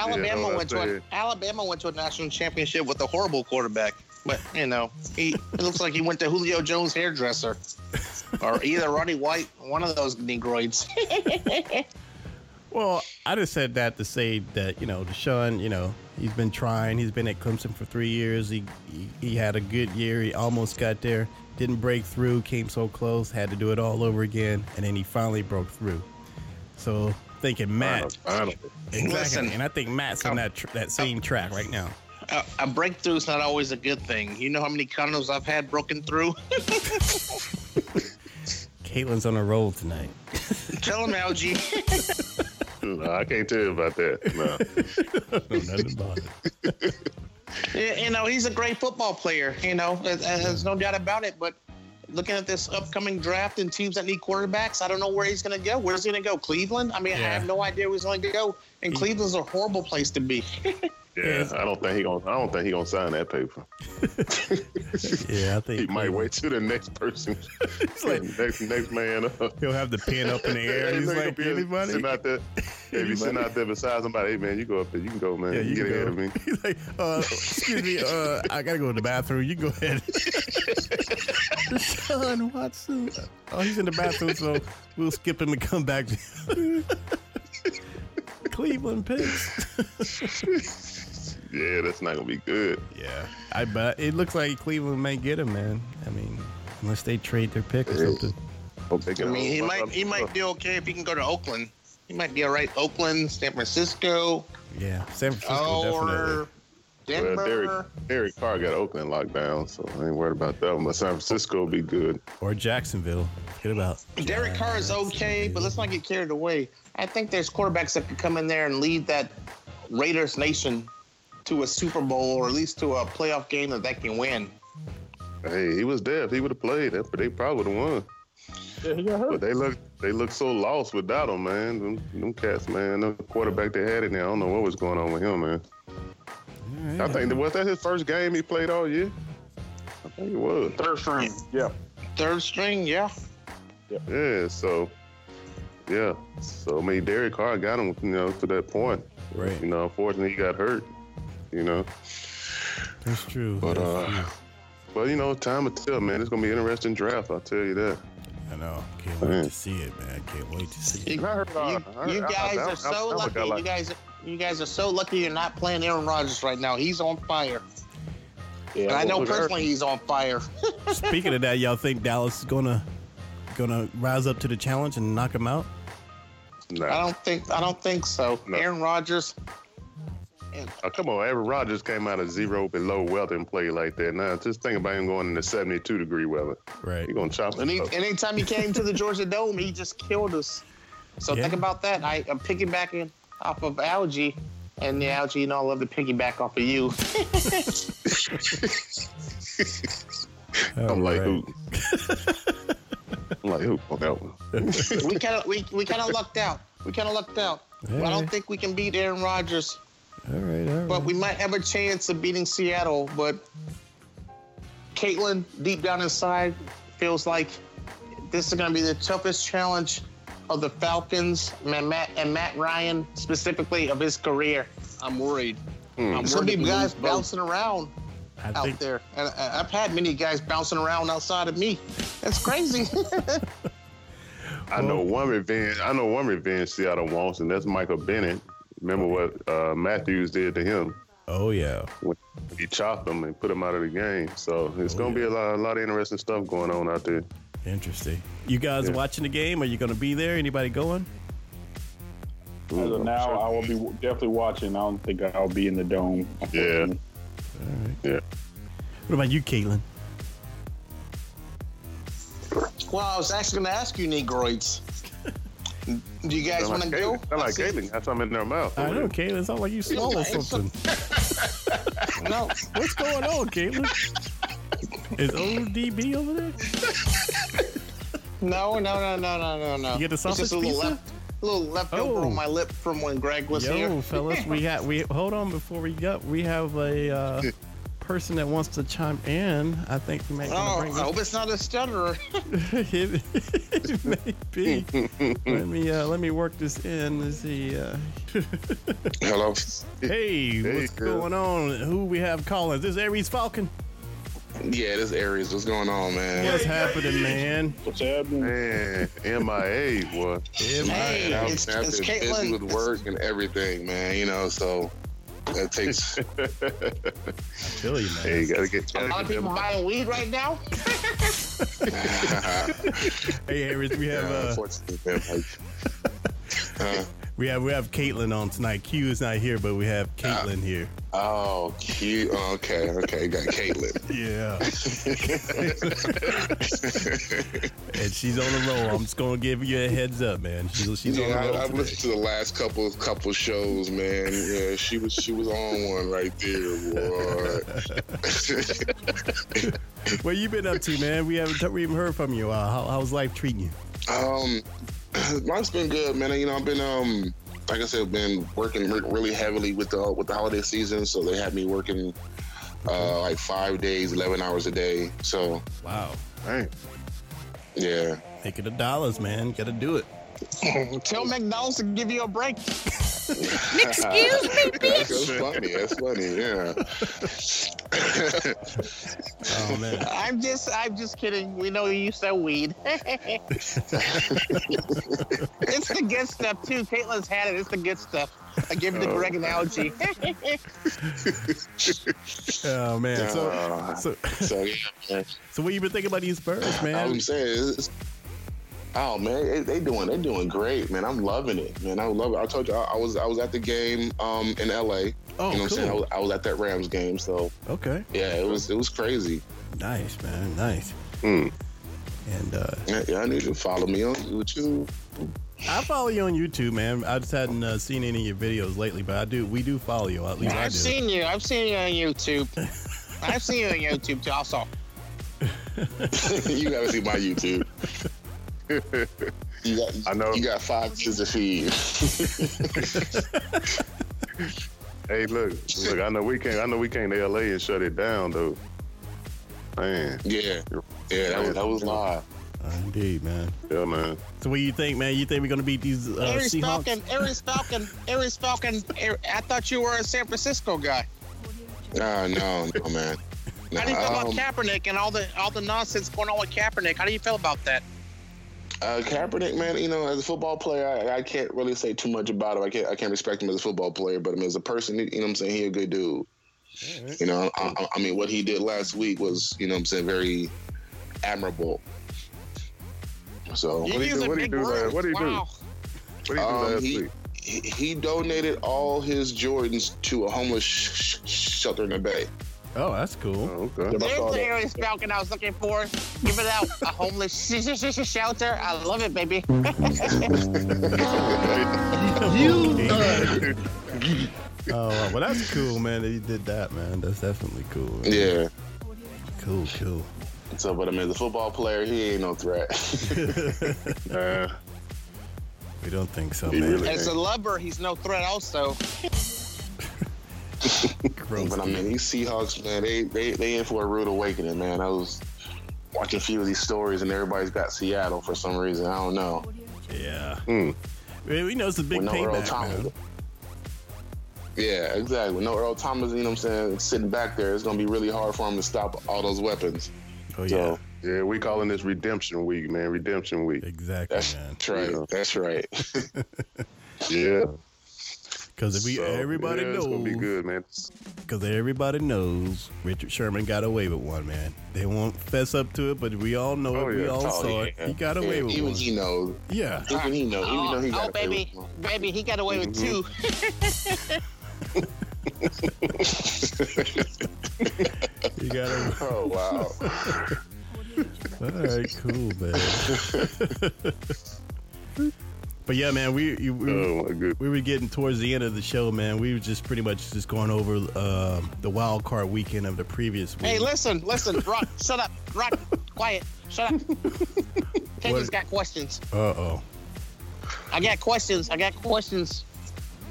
S1: Alabama
S2: I
S1: went to
S2: see.
S1: a, Alabama went to a national championship with a horrible quarterback. But you know, he it looks like he went to Julio Jones hairdresser, or either Ronnie White, one of those negroids. *laughs*
S4: Well, I just said that to say that you know Deshaun, you know he's been trying. He's been at Clemson for three years. He he, he had a good year. He almost got there. Didn't break through. Came so close. Had to do it all over again, and then he finally broke through. So thinking Matt,
S2: Finally.
S4: exactly,
S1: Listen.
S4: and I think Matt's on that tr- that same track right now.
S1: a, a breakthrough's not always a good thing. You know how many condoms I've had broken through?
S4: Caitlin's on a roll tonight. *laughs*
S1: Tell him, Algie. *laughs*
S2: No, I can't tell you about that. No.
S4: Know nothing about it.
S1: you you know, he's a great football player. You know, There- there's no doubt about it. But looking at this upcoming draft and teams that need quarterbacks, I don't know where he's going to go. Where's he going to go? Cleveland? I mean, I
S4: Yeah.
S1: have no idea where he's going to go. And Cleveland's a horrible place to be.
S2: Yeah, I don't think he gonna. I don't think he gonna sign that paper. *laughs*
S4: Yeah, I think
S2: He might wait till the next person, *laughs* next next man up.
S4: He'll have the pin up in the
S2: *laughs*
S4: air. He's
S2: Anybody
S4: like
S2: can be-
S4: anybody.
S2: Sitting out
S4: *laughs*
S2: there, if you sitting out there beside somebody, hey man, you go up there, you can go, man.
S4: Yeah,
S2: you,
S4: you
S2: get
S4: can
S2: ahead
S4: go.
S2: of me. *laughs*
S4: *laughs* He's like, uh, excuse me, uh, I gotta go to the bathroom. You go *laughs* ahead. Deshaun Watson. Oh, he's in the bathroom, so we'll skip him and come back. *laughs* Cleveland picks.
S2: Yeah, that's not gonna be good.
S4: Yeah, I bet it looks like Cleveland may get him, man. I mean, unless they trade their pick or something.
S2: Hope they
S1: I
S2: can
S1: mean, he
S2: hold my-
S1: might he might be okay if he can go to Oakland. He might be all right. Oakland, San Francisco,
S4: Yeah, San Francisco
S1: or Denver.
S2: Well, Derek, Derek Carr got Oakland locked down, so I ain't worried about that. one. But San Francisco will be good.
S4: definitely, or Jacksonville. Forget about
S1: Derek Carr is okay, but let's not get carried away. I think there's quarterbacks that could come in there and lead that Raiders nation to a Super Bowl or at least to a playoff game that they can win.
S2: Hey, he was there. If he would have played, that- they probably would have won.
S3: Yeah, he got
S2: But
S3: hurt.
S2: they look they look so lost without him, man. Them, them cats, man. The quarterback they had in there, I don't know what was going on with him, man. I think was that his first game he played all year. I think it was.
S3: Third string. Yeah.
S1: Third string, yeah.
S2: Yeah, so yeah, so I mean, Derek Carr got him, you know, to that point.
S4: Right.
S2: You know, unfortunately, he got hurt. You know,
S4: That's true.
S2: but
S4: That's
S2: uh,
S4: true.
S2: but you know, time will tell, man. It's gonna be an interesting draft. I'll tell you that.
S4: I know. Can't wait to
S2: man.
S4: see it, man. Can't wait to see it.
S1: You,
S2: I heard, uh, I heard-
S1: you
S2: I- I-
S1: guys
S2: I- I-
S1: are so
S2: I got
S1: lucky.
S2: like-
S1: You guys, you guys are so lucky. You're not playing Aaron Rodgers right now. He's on fire.
S3: Yeah.
S1: And I know
S2: look, Aaron-
S1: personally he's on fire.
S4: *laughs* Speaking of that, y'all think Dallas is gonna gonna rise up to the challenge and knock him out?
S1: I
S2: Nah.
S1: don't think. I don't think so.
S2: No.
S1: Aaron Rodgers.
S2: Oh, come on, Aaron Rodgers came out of zero below weather and played like that. Now just think about him going into seventy-two degree weather.
S4: Right.
S2: He gonna chop
S1: And
S2: it
S1: he,
S2: up.
S1: anytime he came to the Georgia Dome, he just killed us. So
S4: Yeah.
S1: think about that. I, I'm piggybacking off of algae, and the algae, you know, I love to piggyback off of you.
S4: Oh,
S2: I'm like who? I'm like who on that one?
S1: we kind of we, we kind of lucked out. We kind of lucked out. I
S4: Hey.
S1: don't think we can beat Aaron Rodgers,
S4: All right. All right.
S1: but we
S2: Mm-hmm.
S1: might have a chance of beating Seattle. But Caitlin, deep down inside, feels like this is going to be the toughest challenge of the Falcons and Matt, and Matt Ryan specifically of his career. I'm worried.
S2: Hmm.
S1: Some people guys bouncing around
S4: I
S1: out
S4: think
S1: there, and I, I've had many guys bouncing around outside of me. That's
S2: *laughs*
S1: crazy.
S2: I know one revenge. I know one revenge Seattle wants, and that's Michael Bennett. Remember what uh, Matthews did to him?
S4: Oh yeah.
S2: He chopped him and put him out of the game. So it's
S3: Oh,
S2: gonna be a lot, a lot of interesting stuff going on out there.
S4: Interesting. You guys
S2: Yeah.
S4: watching the game? Are you gonna be there? Anybody going?
S2: Ooh,
S3: As of
S2: I'm
S3: now,
S2: sure-
S3: I will be w- definitely watching. I don't think I'll be in the dome.
S2: Yeah. yeah.
S4: What about you, Caitlin?
S1: well, I was actually going to ask you, Negroids. Do you guys
S2: Sound
S1: want
S2: like
S1: to go?
S2: Caitlin. Sound like
S1: I see-
S2: Caitlin got something in their mouth.
S4: I know, Caitlin. Sounds like you swallowed something.
S1: No,
S4: What's going on,
S1: *laughs*
S4: Caitlin? Is ODB over there?
S1: no, no, no, no, no, no, no.
S4: You get the
S1: It's just
S4: sausage
S1: a little
S4: pizza?
S1: left, a little leftover
S4: Oh.
S1: on my lip from when Greg was
S4: Yo,
S1: here.
S4: fellas, we got we hold on before we go. We have a uh, person that wants to chime in. I think you may
S1: Oh,
S4: bring
S1: I
S4: *laughs*
S1: hope it's not a stutterer.
S4: it, maybe. let me uh, let me work this in. Is he? Uh...
S2: Hello.
S4: hey,
S2: Hey,
S4: what's
S2: girl.
S4: going on? Who we have calling? Is this Aries Falcon?
S8: Yeah, this Aries, what's going on, man?
S4: What's happening, man?
S3: What's happening?
S2: Man, MIA, boy.
S1: Hey,
S8: I've
S1: it's,
S8: been
S1: it's
S8: busy
S1: Caitlin.
S8: with work and everything, man. You know, so that takes.
S4: Billy, man.
S2: Hey, you gotta get.
S1: A lot of people buying weed right
S8: *laughs*
S1: now.
S4: Hey, Aries, we have uh,
S8: unfortunately, man, like, uh,
S4: we have we have Caitlin on tonight. Q is not here, but we have Caitlin here.
S8: oh, cute. Oh, okay, okay, got Caitlin.
S4: Yeah, and she's on the roll. I'm just gonna give you a heads up, man. She's she's
S8: *laughs* Yeah,
S4: on the
S8: I,
S4: roll.
S8: I've
S4: Today.
S8: listened to the last couple couple shows, man. Yeah, she was she was on one right *laughs* there, boy.
S4: What you been up to, man? We haven't we haven't heard from you. Uh, how, how's life treating you?
S8: Um, mine's been good, man. You know, I've been um, like I said, been working re- really heavily with the with the holiday season. So they had me working uh, like five days, eleven hours a day. So
S4: Wow,
S2: Hey,
S8: yeah,
S4: make it the dollars, man. Gotta do it.
S1: Tell McDonald's to give you a break.
S7: Excuse me,
S8: that's,
S7: bitch.
S8: that's funny. That's funny. Yeah.
S4: Oh man.
S1: *laughs* I'm just, I'm just kidding. We know you sell
S8: *laughs*
S1: weed. it's the good stuff too. Caitlin's had it. It's the good stuff. I give you the correct analogy.
S4: Oh man.
S8: Uh,
S4: so, so,
S8: *laughs* so yeah, man.
S4: so what you been thinking about these birds, man?
S8: I'm saying, it's, oh man, they, they doing they doing great, man. I'm loving it, man. I love it. I told you, I, I was I was at the game um, in LA.
S4: Oh,
S8: you know what I'm saying? I
S4: cool.
S8: was, I was at that Rams game, so
S4: Okay.
S8: yeah, it was it was crazy.
S4: Nice, man. Nice.
S2: Hmm.
S4: And uh,
S8: Yeah, y'all need to follow me on YouTube. *laughs*
S4: I follow you on YouTube, man. I just hadn't uh, seen any of your videos lately, but I do. We do follow you. At least I
S1: I've
S4: do.
S1: seen you. I've seen you on YouTube. I've seen you on YouTube too. Also,
S8: you gotta see my YouTube. you got,
S2: I know.
S8: You got five kids to feed.
S2: *laughs*
S8: *laughs*
S2: hey, look, look. I know we can't. I know we can't to LA and shut it down, though. Man,
S8: Yeah, yeah, that was that was live.
S4: Uh, indeed, man.
S2: yeah, man.
S4: So what do you think, man? You think we're gonna beat these uh,
S1: Aries
S4: Seahawks?
S1: Falcon, Aries Falcon, Aries Falcon. Air- I thought you were a San Francisco guy.
S8: Oh no, no man.
S1: How do you feel about
S8: Um,
S1: Kaepernick and all the all the nonsense going on with Kaepernick? How do you feel about that?
S8: Uh, Kaepernick, man, you know, as a football player, I, I can't really say too much about him. I can't, I can't respect him as a football player, but I mean, as a person, you know, what I'm saying he a good dude. You know, I, I- I mean, what he did last week was, you know, what I'm saying very admirable. So
S2: do you
S1: use
S2: do-
S1: a
S2: what do
S1: big
S2: you do, man?
S1: word.
S2: What do you do?
S1: Wow.
S2: What did he do
S8: Um,
S2: last
S8: he-
S2: week?
S8: he, he donated all his Jordans to a homeless sh- sh- shelter in the Bay.
S4: Oh,
S2: *laughs*
S4: that's cool. *laughs*
S2: Oh, okay.
S8: I saw
S1: There's the
S8: that.
S1: Aries Falcon I was looking for. Give it out. A homeless *laughs* sh- sh- sh- shelter. I love it, baby.
S4: You. Uh... oh wow. well, that's cool, man. That you did that, man. That's definitely cool. man.
S8: Yeah.
S4: Cool, cool.
S8: So, but I mean, as a football player, he ain't no threat. *laughs*
S2: Nah,
S4: We don't think so,
S2: he
S4: man.
S2: really
S1: As a
S2: ain't.
S1: lover, he's no threat, also.
S4: Gross.
S8: But I mean, these Seahawks, man, they they they in for a rude awakening, man. I was watching a few of these stories, and everybody's got Seattle for some reason. I don't know.
S4: Yeah.
S2: Hmm.
S4: We we know it's a big
S8: With no Earl
S4: payback,
S8: Thomas.
S4: man.
S8: Yeah, exactly. With no Earl Thomas, you know what I'm saying, sitting back there, it's gonna be really hard for him to stop all those weapons.
S4: Oh yeah,
S8: So
S2: Yeah, we calling this Redemption Week, man. Redemption Week.
S4: exactly,
S8: that's
S4: man.
S8: *laughs* right.
S2: Yeah.
S8: That's right.
S2: Yeah.
S4: Because we
S2: So,
S4: everybody
S2: yeah,
S4: knows,
S2: It's gonna be good, man.
S4: because everybody knows Richard Sherman got away with one, man. They won't fess up to it, but we all know it.
S2: Oh,
S4: We
S2: yeah.
S4: *laughs* all
S8: Oh,
S4: saw
S8: yeah.
S4: it. He got away
S8: Yeah,
S4: with
S8: even
S4: one.
S8: he knows.
S4: yeah.
S8: Even he knows. Even though
S1: Oh,
S8: he got
S1: oh,
S8: away
S1: baby.
S8: with one.
S1: Baby, he got away with
S2: Mm-hmm.
S1: two.
S4: You got away.
S8: Oh
S4: *laughs*
S8: wow.
S4: All right, cool, man. *laughs* but yeah, man, we you- we,
S2: Oh my good.
S4: we were getting towards the end of the show, man. We were just pretty much just going over um the wild card weekend of the previous week.
S1: Hey,
S2: Mm-hmm.
S1: listen, listen, Rock, shut up. Rock, quiet, shut
S2: *laughs*
S1: up. Caitlin's got questions.
S4: Uh oh.
S1: I got questions. I got questions.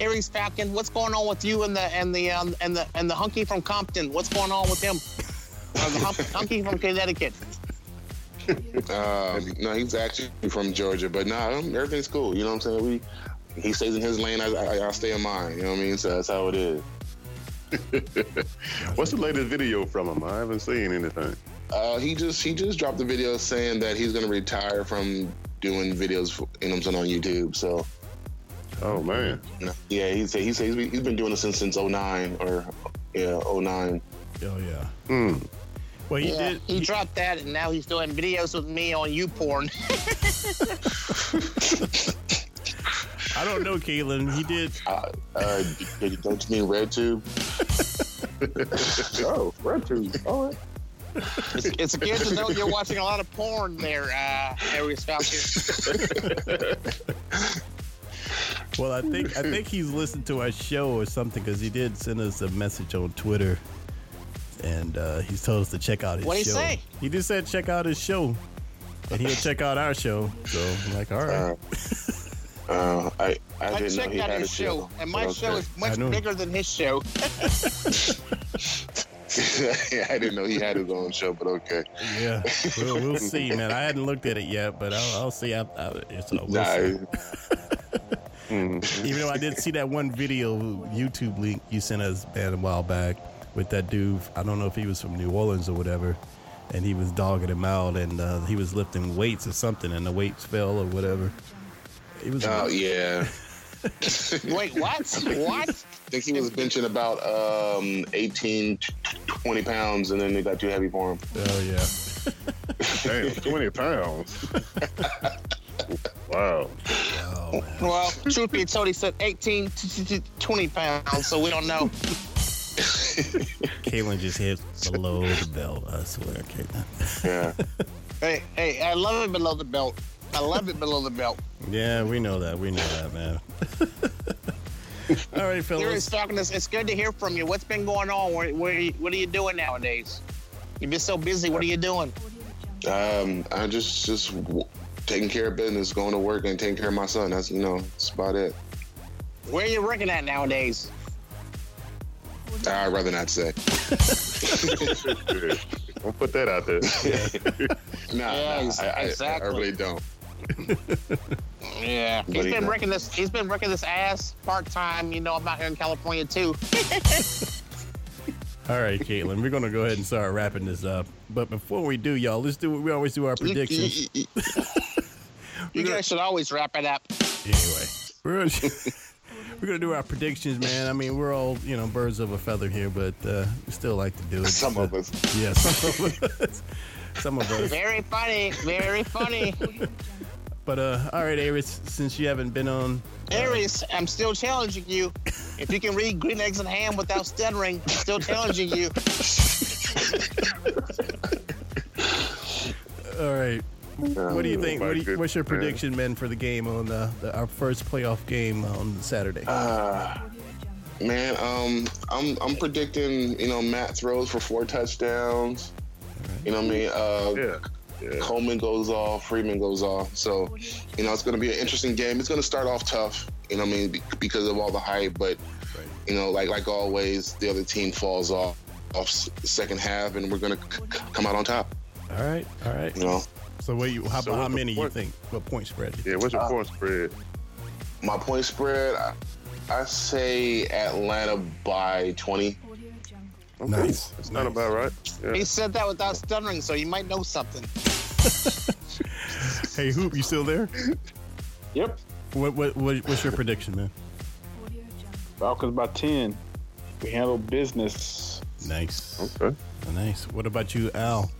S1: Aries Falcon, what's going on with you and the and the um, and the and the hunky from Compton? What's going on with him? Uh, the hunk- hunky from Connecticut.
S8: Um, no, he's actually from Georgia, but no, nah, um, everything's cool. You know what I'm saying? We he stays in his lane, I, I, I stay in mine. You know what I mean? So that's how it is.
S2: What's the latest video from him? I haven't seen anything.
S8: Uh, he just he just dropped a video saying that he's gonna retire from doing videos for, you know what I'm saying, on YouTube. So
S2: Oh
S4: Mm-hmm.
S2: man,
S8: you know, yeah, he said he said he's been- he's been doing it since since 09 or yeah 09.
S4: Oh yeah.
S2: Hmm.
S4: Well, you
S1: Yeah,
S4: did.
S1: he dropped that, and now he's doing videos with me on YouPorn. *laughs*
S4: I don't know, Caitlin. He did.
S8: Uh, uh, d- don't you mean RedTube?
S3: Oh, red tube. All right.
S1: It's, it's good to know you're watching a lot of porn there, uh, Aries Falcon.
S4: Well, I think I
S8: *laughs*
S4: think he's listened to our show or something because he did send us a message on Twitter, and uh, he's told us to check out his
S1: What'd he
S4: show.
S1: say?
S4: He just said check out his show, and he'll check out our show. So I'm like, all right,
S8: Uh, uh, I I,
S1: I
S8: didn't know
S1: checked
S8: he
S1: out
S8: had a
S1: his show, and my
S8: Okay.
S1: show is
S4: I
S1: much
S4: know.
S1: bigger than his show.
S8: *laughs* yeah, I didn't know he had his own show, but okay.
S4: yeah, we'll, we'll see, man. I hadn't looked at it yet, but I'll, I'll see. I, I, it's, uh, we'll
S8: Nah,
S4: see.
S2: Hmm.
S4: Even though I did see that one video YouTube link you sent us man, a while back with that dude. I don't know if he was from New Orleans or whatever, and he was dogging him out, and uh, he was lifting weights or something, and the weights fell or whatever. It was
S8: Oh yeah,
S1: Wait, what? What?
S8: I think he was benching about um 18, 20 pounds, and then it got too heavy for him.
S4: oh yeah.
S2: Damn, twenty
S4: *laughs*
S2: pounds. wow.
S4: Oh man.
S1: Well, truth be told, he said 18 to to- to 20 pounds, so we don't know.
S4: Caitlin just hit below the belt. I swear, Caitlin.
S8: *laughs* Yeah,
S1: Hey, hey, I love it below the belt. I love it below the belt.
S4: Yeah, we know that. We know that, man. *laughs* All right,
S1: Serious
S4: fellas.
S1: talking. It's, it's good to hear from you. What's been going on? Where, where, you- what are you doing nowadays? You've been so busy. What are you doing?
S8: um, I just just w- taking care of business, going to work, and taking care of my son. That's you know, that's about it.
S1: Where are you working at nowadays?
S8: I'd rather not say.
S2: Shit. Don't put that out there.
S4: *laughs*
S8: Nah,
S1: Yeah,
S8: nah,
S1: ex-
S8: I, I,
S1: exactly.
S8: I really don't. *laughs*
S1: Yeah,
S8: But
S1: he's
S8: he
S1: been
S8: not.
S1: working this. He's been working this ass part time. You know, I'm out here in California too.
S4: All right, Caitlin. We're gonna go ahead and start wrapping this up. But before we do, y'all, let's do what we always do our
S1: You- you-
S4: predictions.
S1: You, you guys should always wrap it up.
S4: anyway, we're gonna, *laughs* we're gonna do our predictions, man. I mean, we're all you know birds of a feather here, but uh, we still like to do it.
S8: Some
S4: So-
S8: of us.
S4: yeah, some of us, *laughs* some of us.
S1: Very funny. Very funny.
S4: But uh, all right, Aries, since you haven't been on,
S1: Aries, I'm still challenging you. If you can read Green Eggs and Ham without stuttering, I'm still challenging you.
S4: all right. What do you think?
S2: Oh my
S4: What do you, what's your
S2: goodness, man.
S4: prediction, man, for the game on the, the, our first playoff game on Saturday?
S8: Uh, man, um, I'm I'm predicting you know Matt throws for four touchdowns. You know what I mean? Uh,
S2: Yeah. Yeah.
S8: Coleman goes off, Freeman goes off. So, you know, it's going to be an interesting game. It's going to start off tough, you know what I mean, be- because of all the hype. But, you know, like like always, the other team falls off off s- second half, and we're going to c- c- come out on top,
S4: all right, all right.
S8: you know.
S4: So what you? How,
S2: So
S4: how
S2: what's the
S4: many you
S2: point?
S4: think? What point
S2: *laughs*
S4: spread?
S2: Yeah. What's your point spread?
S8: My point spread, I, I say Atlanta by 20.
S2: Okay.
S4: Nice.
S2: It's not about right. Yeah.
S1: He said that without stuttering, so you might know something.
S4: Hey, Hoop, you still there?
S3: Yep.
S4: What, what, what what's your prediction, man?
S3: Falcons by ten. We handle business.
S4: Nice,
S2: Okay.
S4: nice. What about you, Al?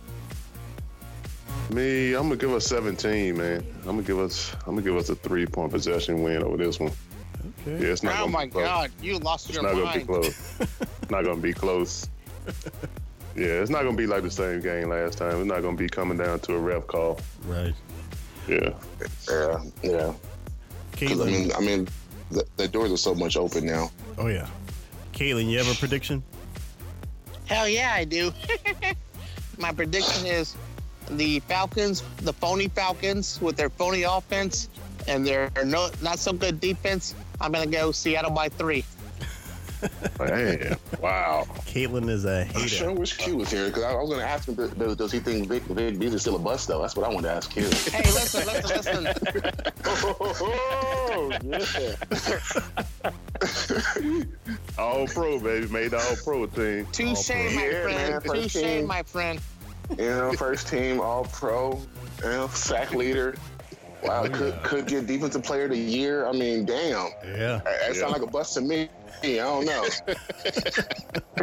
S2: Me, I'm gonna give us 17, man. I'm gonna give us, I'm gonna give us a three point possession win over this one.
S4: Okay.
S2: Yeah, it's not.
S1: Oh
S2: gonna
S1: my
S2: be close.
S1: God, you lost
S2: It's
S1: your
S2: not gonna be
S1: mind.
S2: close. not gonna be close. Yeah, it's not gonna be like the same game last time. It's not gonna be coming down to a ref call.
S4: Right.
S2: Yeah.
S8: Yeah, yeah. 'Cause, I
S4: Caitlin.
S8: mean, I mean the, the doors are so much open now.
S4: Oh yeah. Caitlin, you have a prediction?
S1: Hell yeah, I do. *laughs* My prediction is the Falcons, the phony Falcons, with their phony offense and their no, not so good defense, I'm gonna go Seattle by three.
S8: *laughs*
S2: Man, wow.
S4: Caitlin is a
S8: I sure
S4: hater.
S8: wish Q was here because I, I was going to ask him does- does, does he think Vic Vic Beasley's still a bust though? That's what I wanted to ask Q.
S1: Hey, listen, listen, *laughs* listen.
S2: Oh, yeah. *laughs* all pro, baby. Made the all pro team.
S1: Touche, my
S8: Yeah, man,
S1: friend.
S8: first
S1: Touche,
S8: team.
S1: my friend.
S8: you know, first team All Pro, you know, sack leader. Wow, could could get defensive player of the year. I mean, damn,
S4: Yeah.
S8: that that sound like a bust to me. I don't know.
S4: *laughs*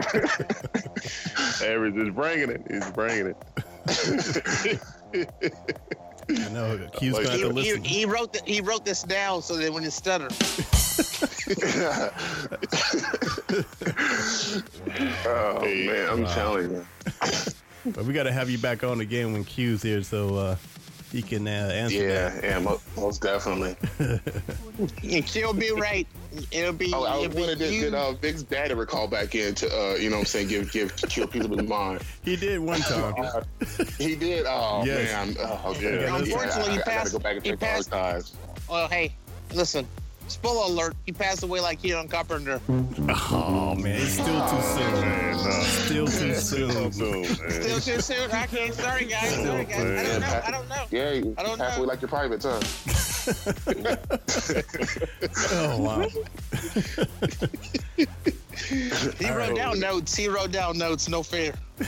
S2: Average is bringing it. He's bringing it.
S4: I know. Q's going to have
S1: He, he,
S4: to listen.
S1: he wrote th- he wrote this down so that when you stutter,
S8: oh man, I'm telling you.
S4: But we got to have you back on again when Q's here so uh, he can uh, answer
S8: Yeah, yeah, mo- most definitely.
S1: and Q'll be right. It'll be.
S8: Oh, I
S1: it'll be
S8: wanted to
S1: you.
S8: get uh, Vic's dad to recall back in to, uh, you know what I'm saying, give give Q a piece of his mind.
S4: that. He did one time.
S8: He did? Oh,
S4: Yes.
S8: man. Oh, okay.
S4: Yeah,
S1: unfortunately, he
S8: I, I gotta
S1: passed-
S8: go back and
S1: he
S8: check all
S1: passed-
S8: the archives.
S1: Well, Oh, hey, listen. Spoiler alert: He passed away like Keon Carpenter.
S4: Oh, man. It's still too soon.
S2: Man, no.
S4: Still too
S2: Still
S4: soon.
S2: soon, man.
S1: Still too soon. I can't. Sorry, guys. Sorry, guys. I don't know. I don't know.
S8: Yeah, you
S1: I don't
S8: halfway
S1: know.
S8: like your privates, huh?
S4: Oh, wow.
S1: He wrote down notes. He wrote down notes. No fear.
S8: Boy,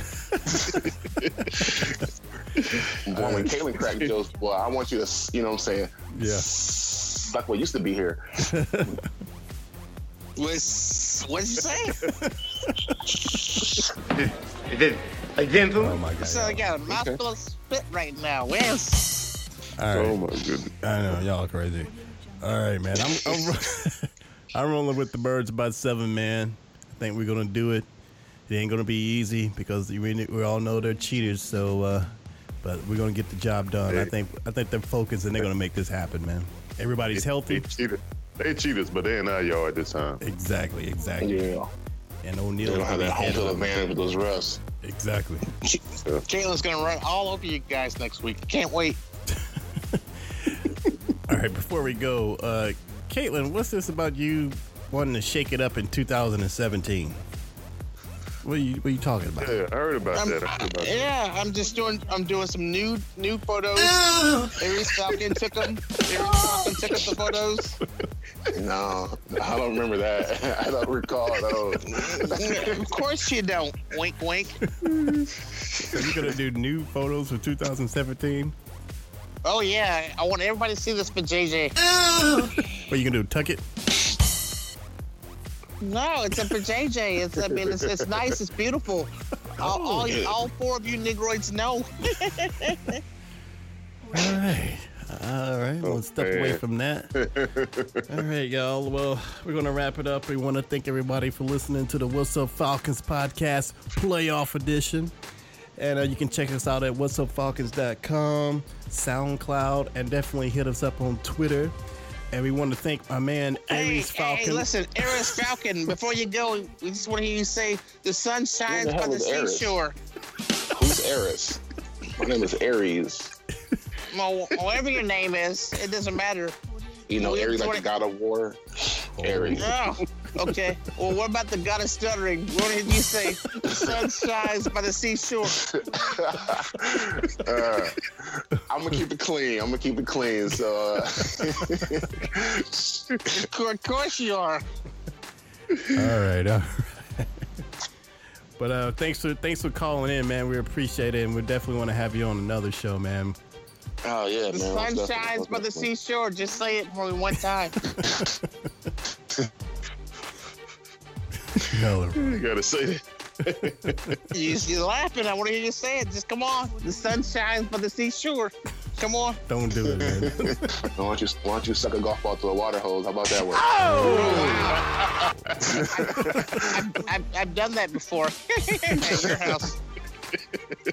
S4: Uh,
S8: when Caitlin
S4: *laughs*
S8: cracked jokes, boy, I want you to, s- you know what I'm saying?
S4: Yeah.
S8: Like what used to
S1: *laughs*
S8: be here.
S1: Was what'd you say?
S4: Oh, my
S1: so
S4: God.
S1: I got a mouthful of spit right now. Where's
S4: All right.
S2: Oh, my goodness.
S4: I know y'all are crazy. All right, man. I'm I'm, ro- *laughs* I'm rolling with the birds by seven, man. I think we're gonna do it. It ain't gonna be easy because we kn- we all know they're cheaters. So, uh, but we're gonna get the job done. I think I think they're focused and they're gonna make this happen, man. Everybody's
S2: They
S4: healthy.
S2: cheated. They cheated, but they in our yard this time.
S4: Exactly, exactly.
S8: Yeah.
S4: And
S8: They
S4: O'Neal
S8: don't have that home field advantage with those refs.
S4: Exactly.
S1: Jalen's gonna run all over you guys next week. Can't wait.
S4: All right, before we go, uh, Caitlin, what's this about you wanting to shake it up in 2017? What are you What are you talking about?
S2: Yeah, I heard about
S1: I'm,
S2: that. I heard about that.
S1: yeah, I'm just doing. I'm doing some nude nude photos. Aries Falcon took them. Aries Falcon took up the photos.
S8: No, I don't *laughs* remember that. I don't recall those.
S1: of course you don't. Wink, wink.
S4: You gonna do new photos for 2017?
S1: Oh yeah, I want everybody to see this for JJ.
S4: What you gonna do? Tuck it?
S1: No, it's a for JJ. It's I mean, it's, it's nice. It's beautiful. All, all, you- all four of you Negroids know.
S4: All right. All right. One step away
S2: man.
S4: from that. All right, y'all. Well, we're gonna wrap it up. We want to thank everybody for listening to the What's Up Falcons podcast playoff edition. And uh, you can check us out at whatsupfalcons.com, SoundCloud, and definitely hit us up on Twitter. And we want to thank my man Aries
S1: hey,
S4: Falcon.
S1: Hey, listen, Aries
S8: *laughs*
S1: Falcon. Before you go, we just want to hear you say the sun shines
S8: the hell
S1: by the
S8: is Aries?
S1: seashore.
S8: Who's Eris? My name is Aries.
S1: Well, whatever your name is, it doesn't matter.
S8: You know,
S1: We
S8: Aries like
S1: enjoy-
S8: the god of war. Aries.
S1: Oh, okay. Well, what about the god of stuttering? What did you say? The sun shines by the
S8: *laughs*
S1: seashore.
S8: uh, I'm gonna keep it clean. I'm gonna keep it clean. So, uh,
S1: Of course you are.
S4: All right, all right. *laughs* But uh, thanks for thanks for calling in, man. We appreciate it, and we definitely want to have you on another show, man.
S8: oh yeah,
S1: The
S8: man.
S1: sun shines by the seashore. Just say it for me one time.
S4: No,
S2: You gotta say that.
S1: You, you're laughing. I want to hear you say it. Just come on. The sun shines by the seashore. Come on.
S4: don't do it, *laughs* man.
S8: Why don't you why don't you suck a golf ball through a water hose? How about that one? *laughs*
S1: I've, I've, I've done that before *laughs* at your house.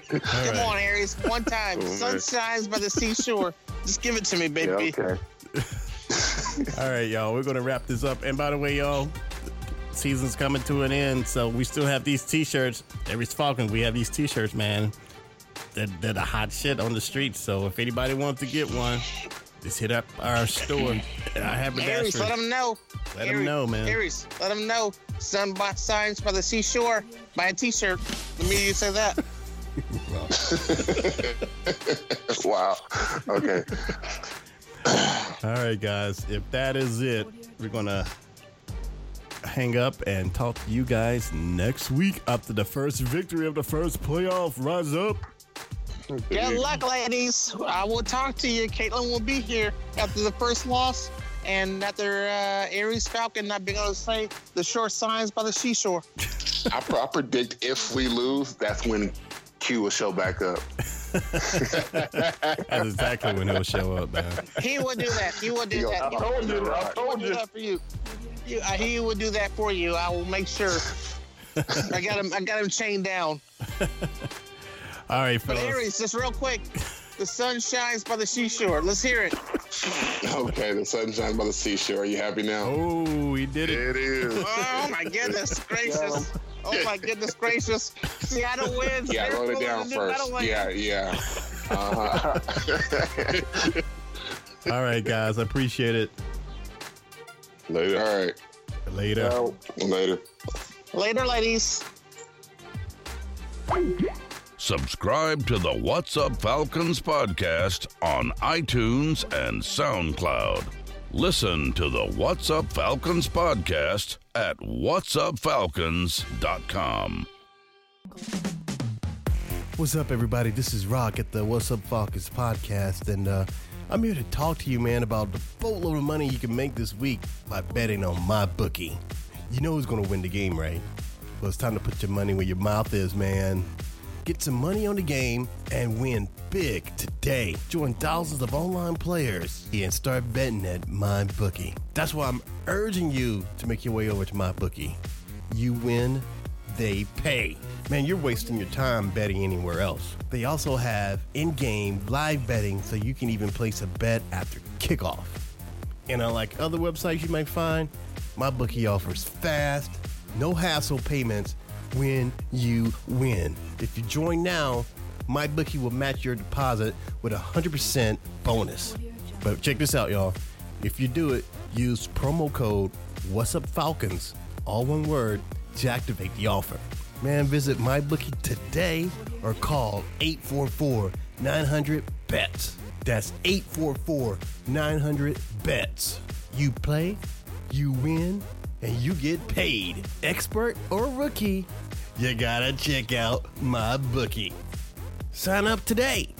S1: Come on, Aries. One
S8: *laughs*
S1: time.
S2: Oh,
S1: sun
S2: man.
S1: shines by the seashore. Just give it to me,
S8: Yeah,
S1: baby.
S8: okay.
S4: All right, y'all. We're gonna wrap this up. And by the way, y'all, season's coming to an end, so we still have these T-shirts. Every Falcon, we have these T-shirts, man. They're, they're the hot shit on the streets. So if anybody wants to get one, Just hit up our store. I have an
S1: Aries, let
S4: address.
S1: them know.
S4: Let 'em know, man.
S1: Aries, let them know. Sun by, signs by the seashore. Buy a T-shirt. The minute you say that,
S8: *laughs* wow. Okay.
S4: All right, guys. If that is it, we're gonna hang up and talk to you guys next week after the first victory of the first playoff. Rise up.
S1: good luck, ladies. I will talk to you. Caitlin will be here after the first loss, and after uh, Aries Falcon not being able to say the shore signs by the seashore.
S8: I, pr- I predict if we lose, that's when Q will show back up. *laughs*
S4: That's exactly when he'll show up, man.
S1: He will do that. He will do
S8: Yo,
S1: that.
S8: I
S1: He will He will
S3: told you, I told
S1: do
S3: you.
S1: that for you. You- uh, He will do that for you. I will make sure. I got him. I got him chained down.
S4: All right,
S1: But
S4: fellas.
S1: Aries, just real quick, the sun shines by the seashore. Let's hear it.
S8: Okay, the sun shines by the seashore. Are you happy now?
S4: Oh, we did it.
S2: It is.
S1: Oh my goodness gracious! Oh my goodness gracious! Seattle wins.
S8: *laughs* Yeah,
S1: They're
S8: wrote it
S1: pulling
S8: down
S1: in the
S8: first.
S1: Meadowlands.
S8: Yeah, yeah. Uh-huh.
S4: All right, guys. I appreciate it.
S2: Later.
S8: All right.
S4: Later.
S8: Later.
S1: Later, ladies.
S5: Subscribe to the What's Up Falcons podcast on iTunes and SoundCloud. Listen to the What's Up Falcons podcast at whatsupfalcons.com.
S4: What's up, everybody? This is Rock at the What's Up Falcons podcast, and uh, I'm here to talk to you, man, about the boatload of money you can make this week by betting on my bookie. You know who's going to win the game, right? Well, it's time to put your money where your mouth is, man. Get some money on the game and win big today. Join thousands of online players and start betting at my bookie. That's why I'm urging you to make your way over to my bookie. You win they pay. Man, you're wasting your time betting anywhere else. They also have in game live betting so you can even place a bet after kickoff. And unlike other websites you might find, my bookie offers fast, no hassle payments when you win. If you join now, my bookie will match your deposit with a 100% bonus. But check this out, y'all. If you do it, use promo code What's Up Falcons, all one word, to activate the offer. Man, visit MyBookie today or call 844 900 BETS. That's 844 900 BETS. You play, you win, and you get paid. Expert or rookie, you gotta check out my bookie. Sign up today.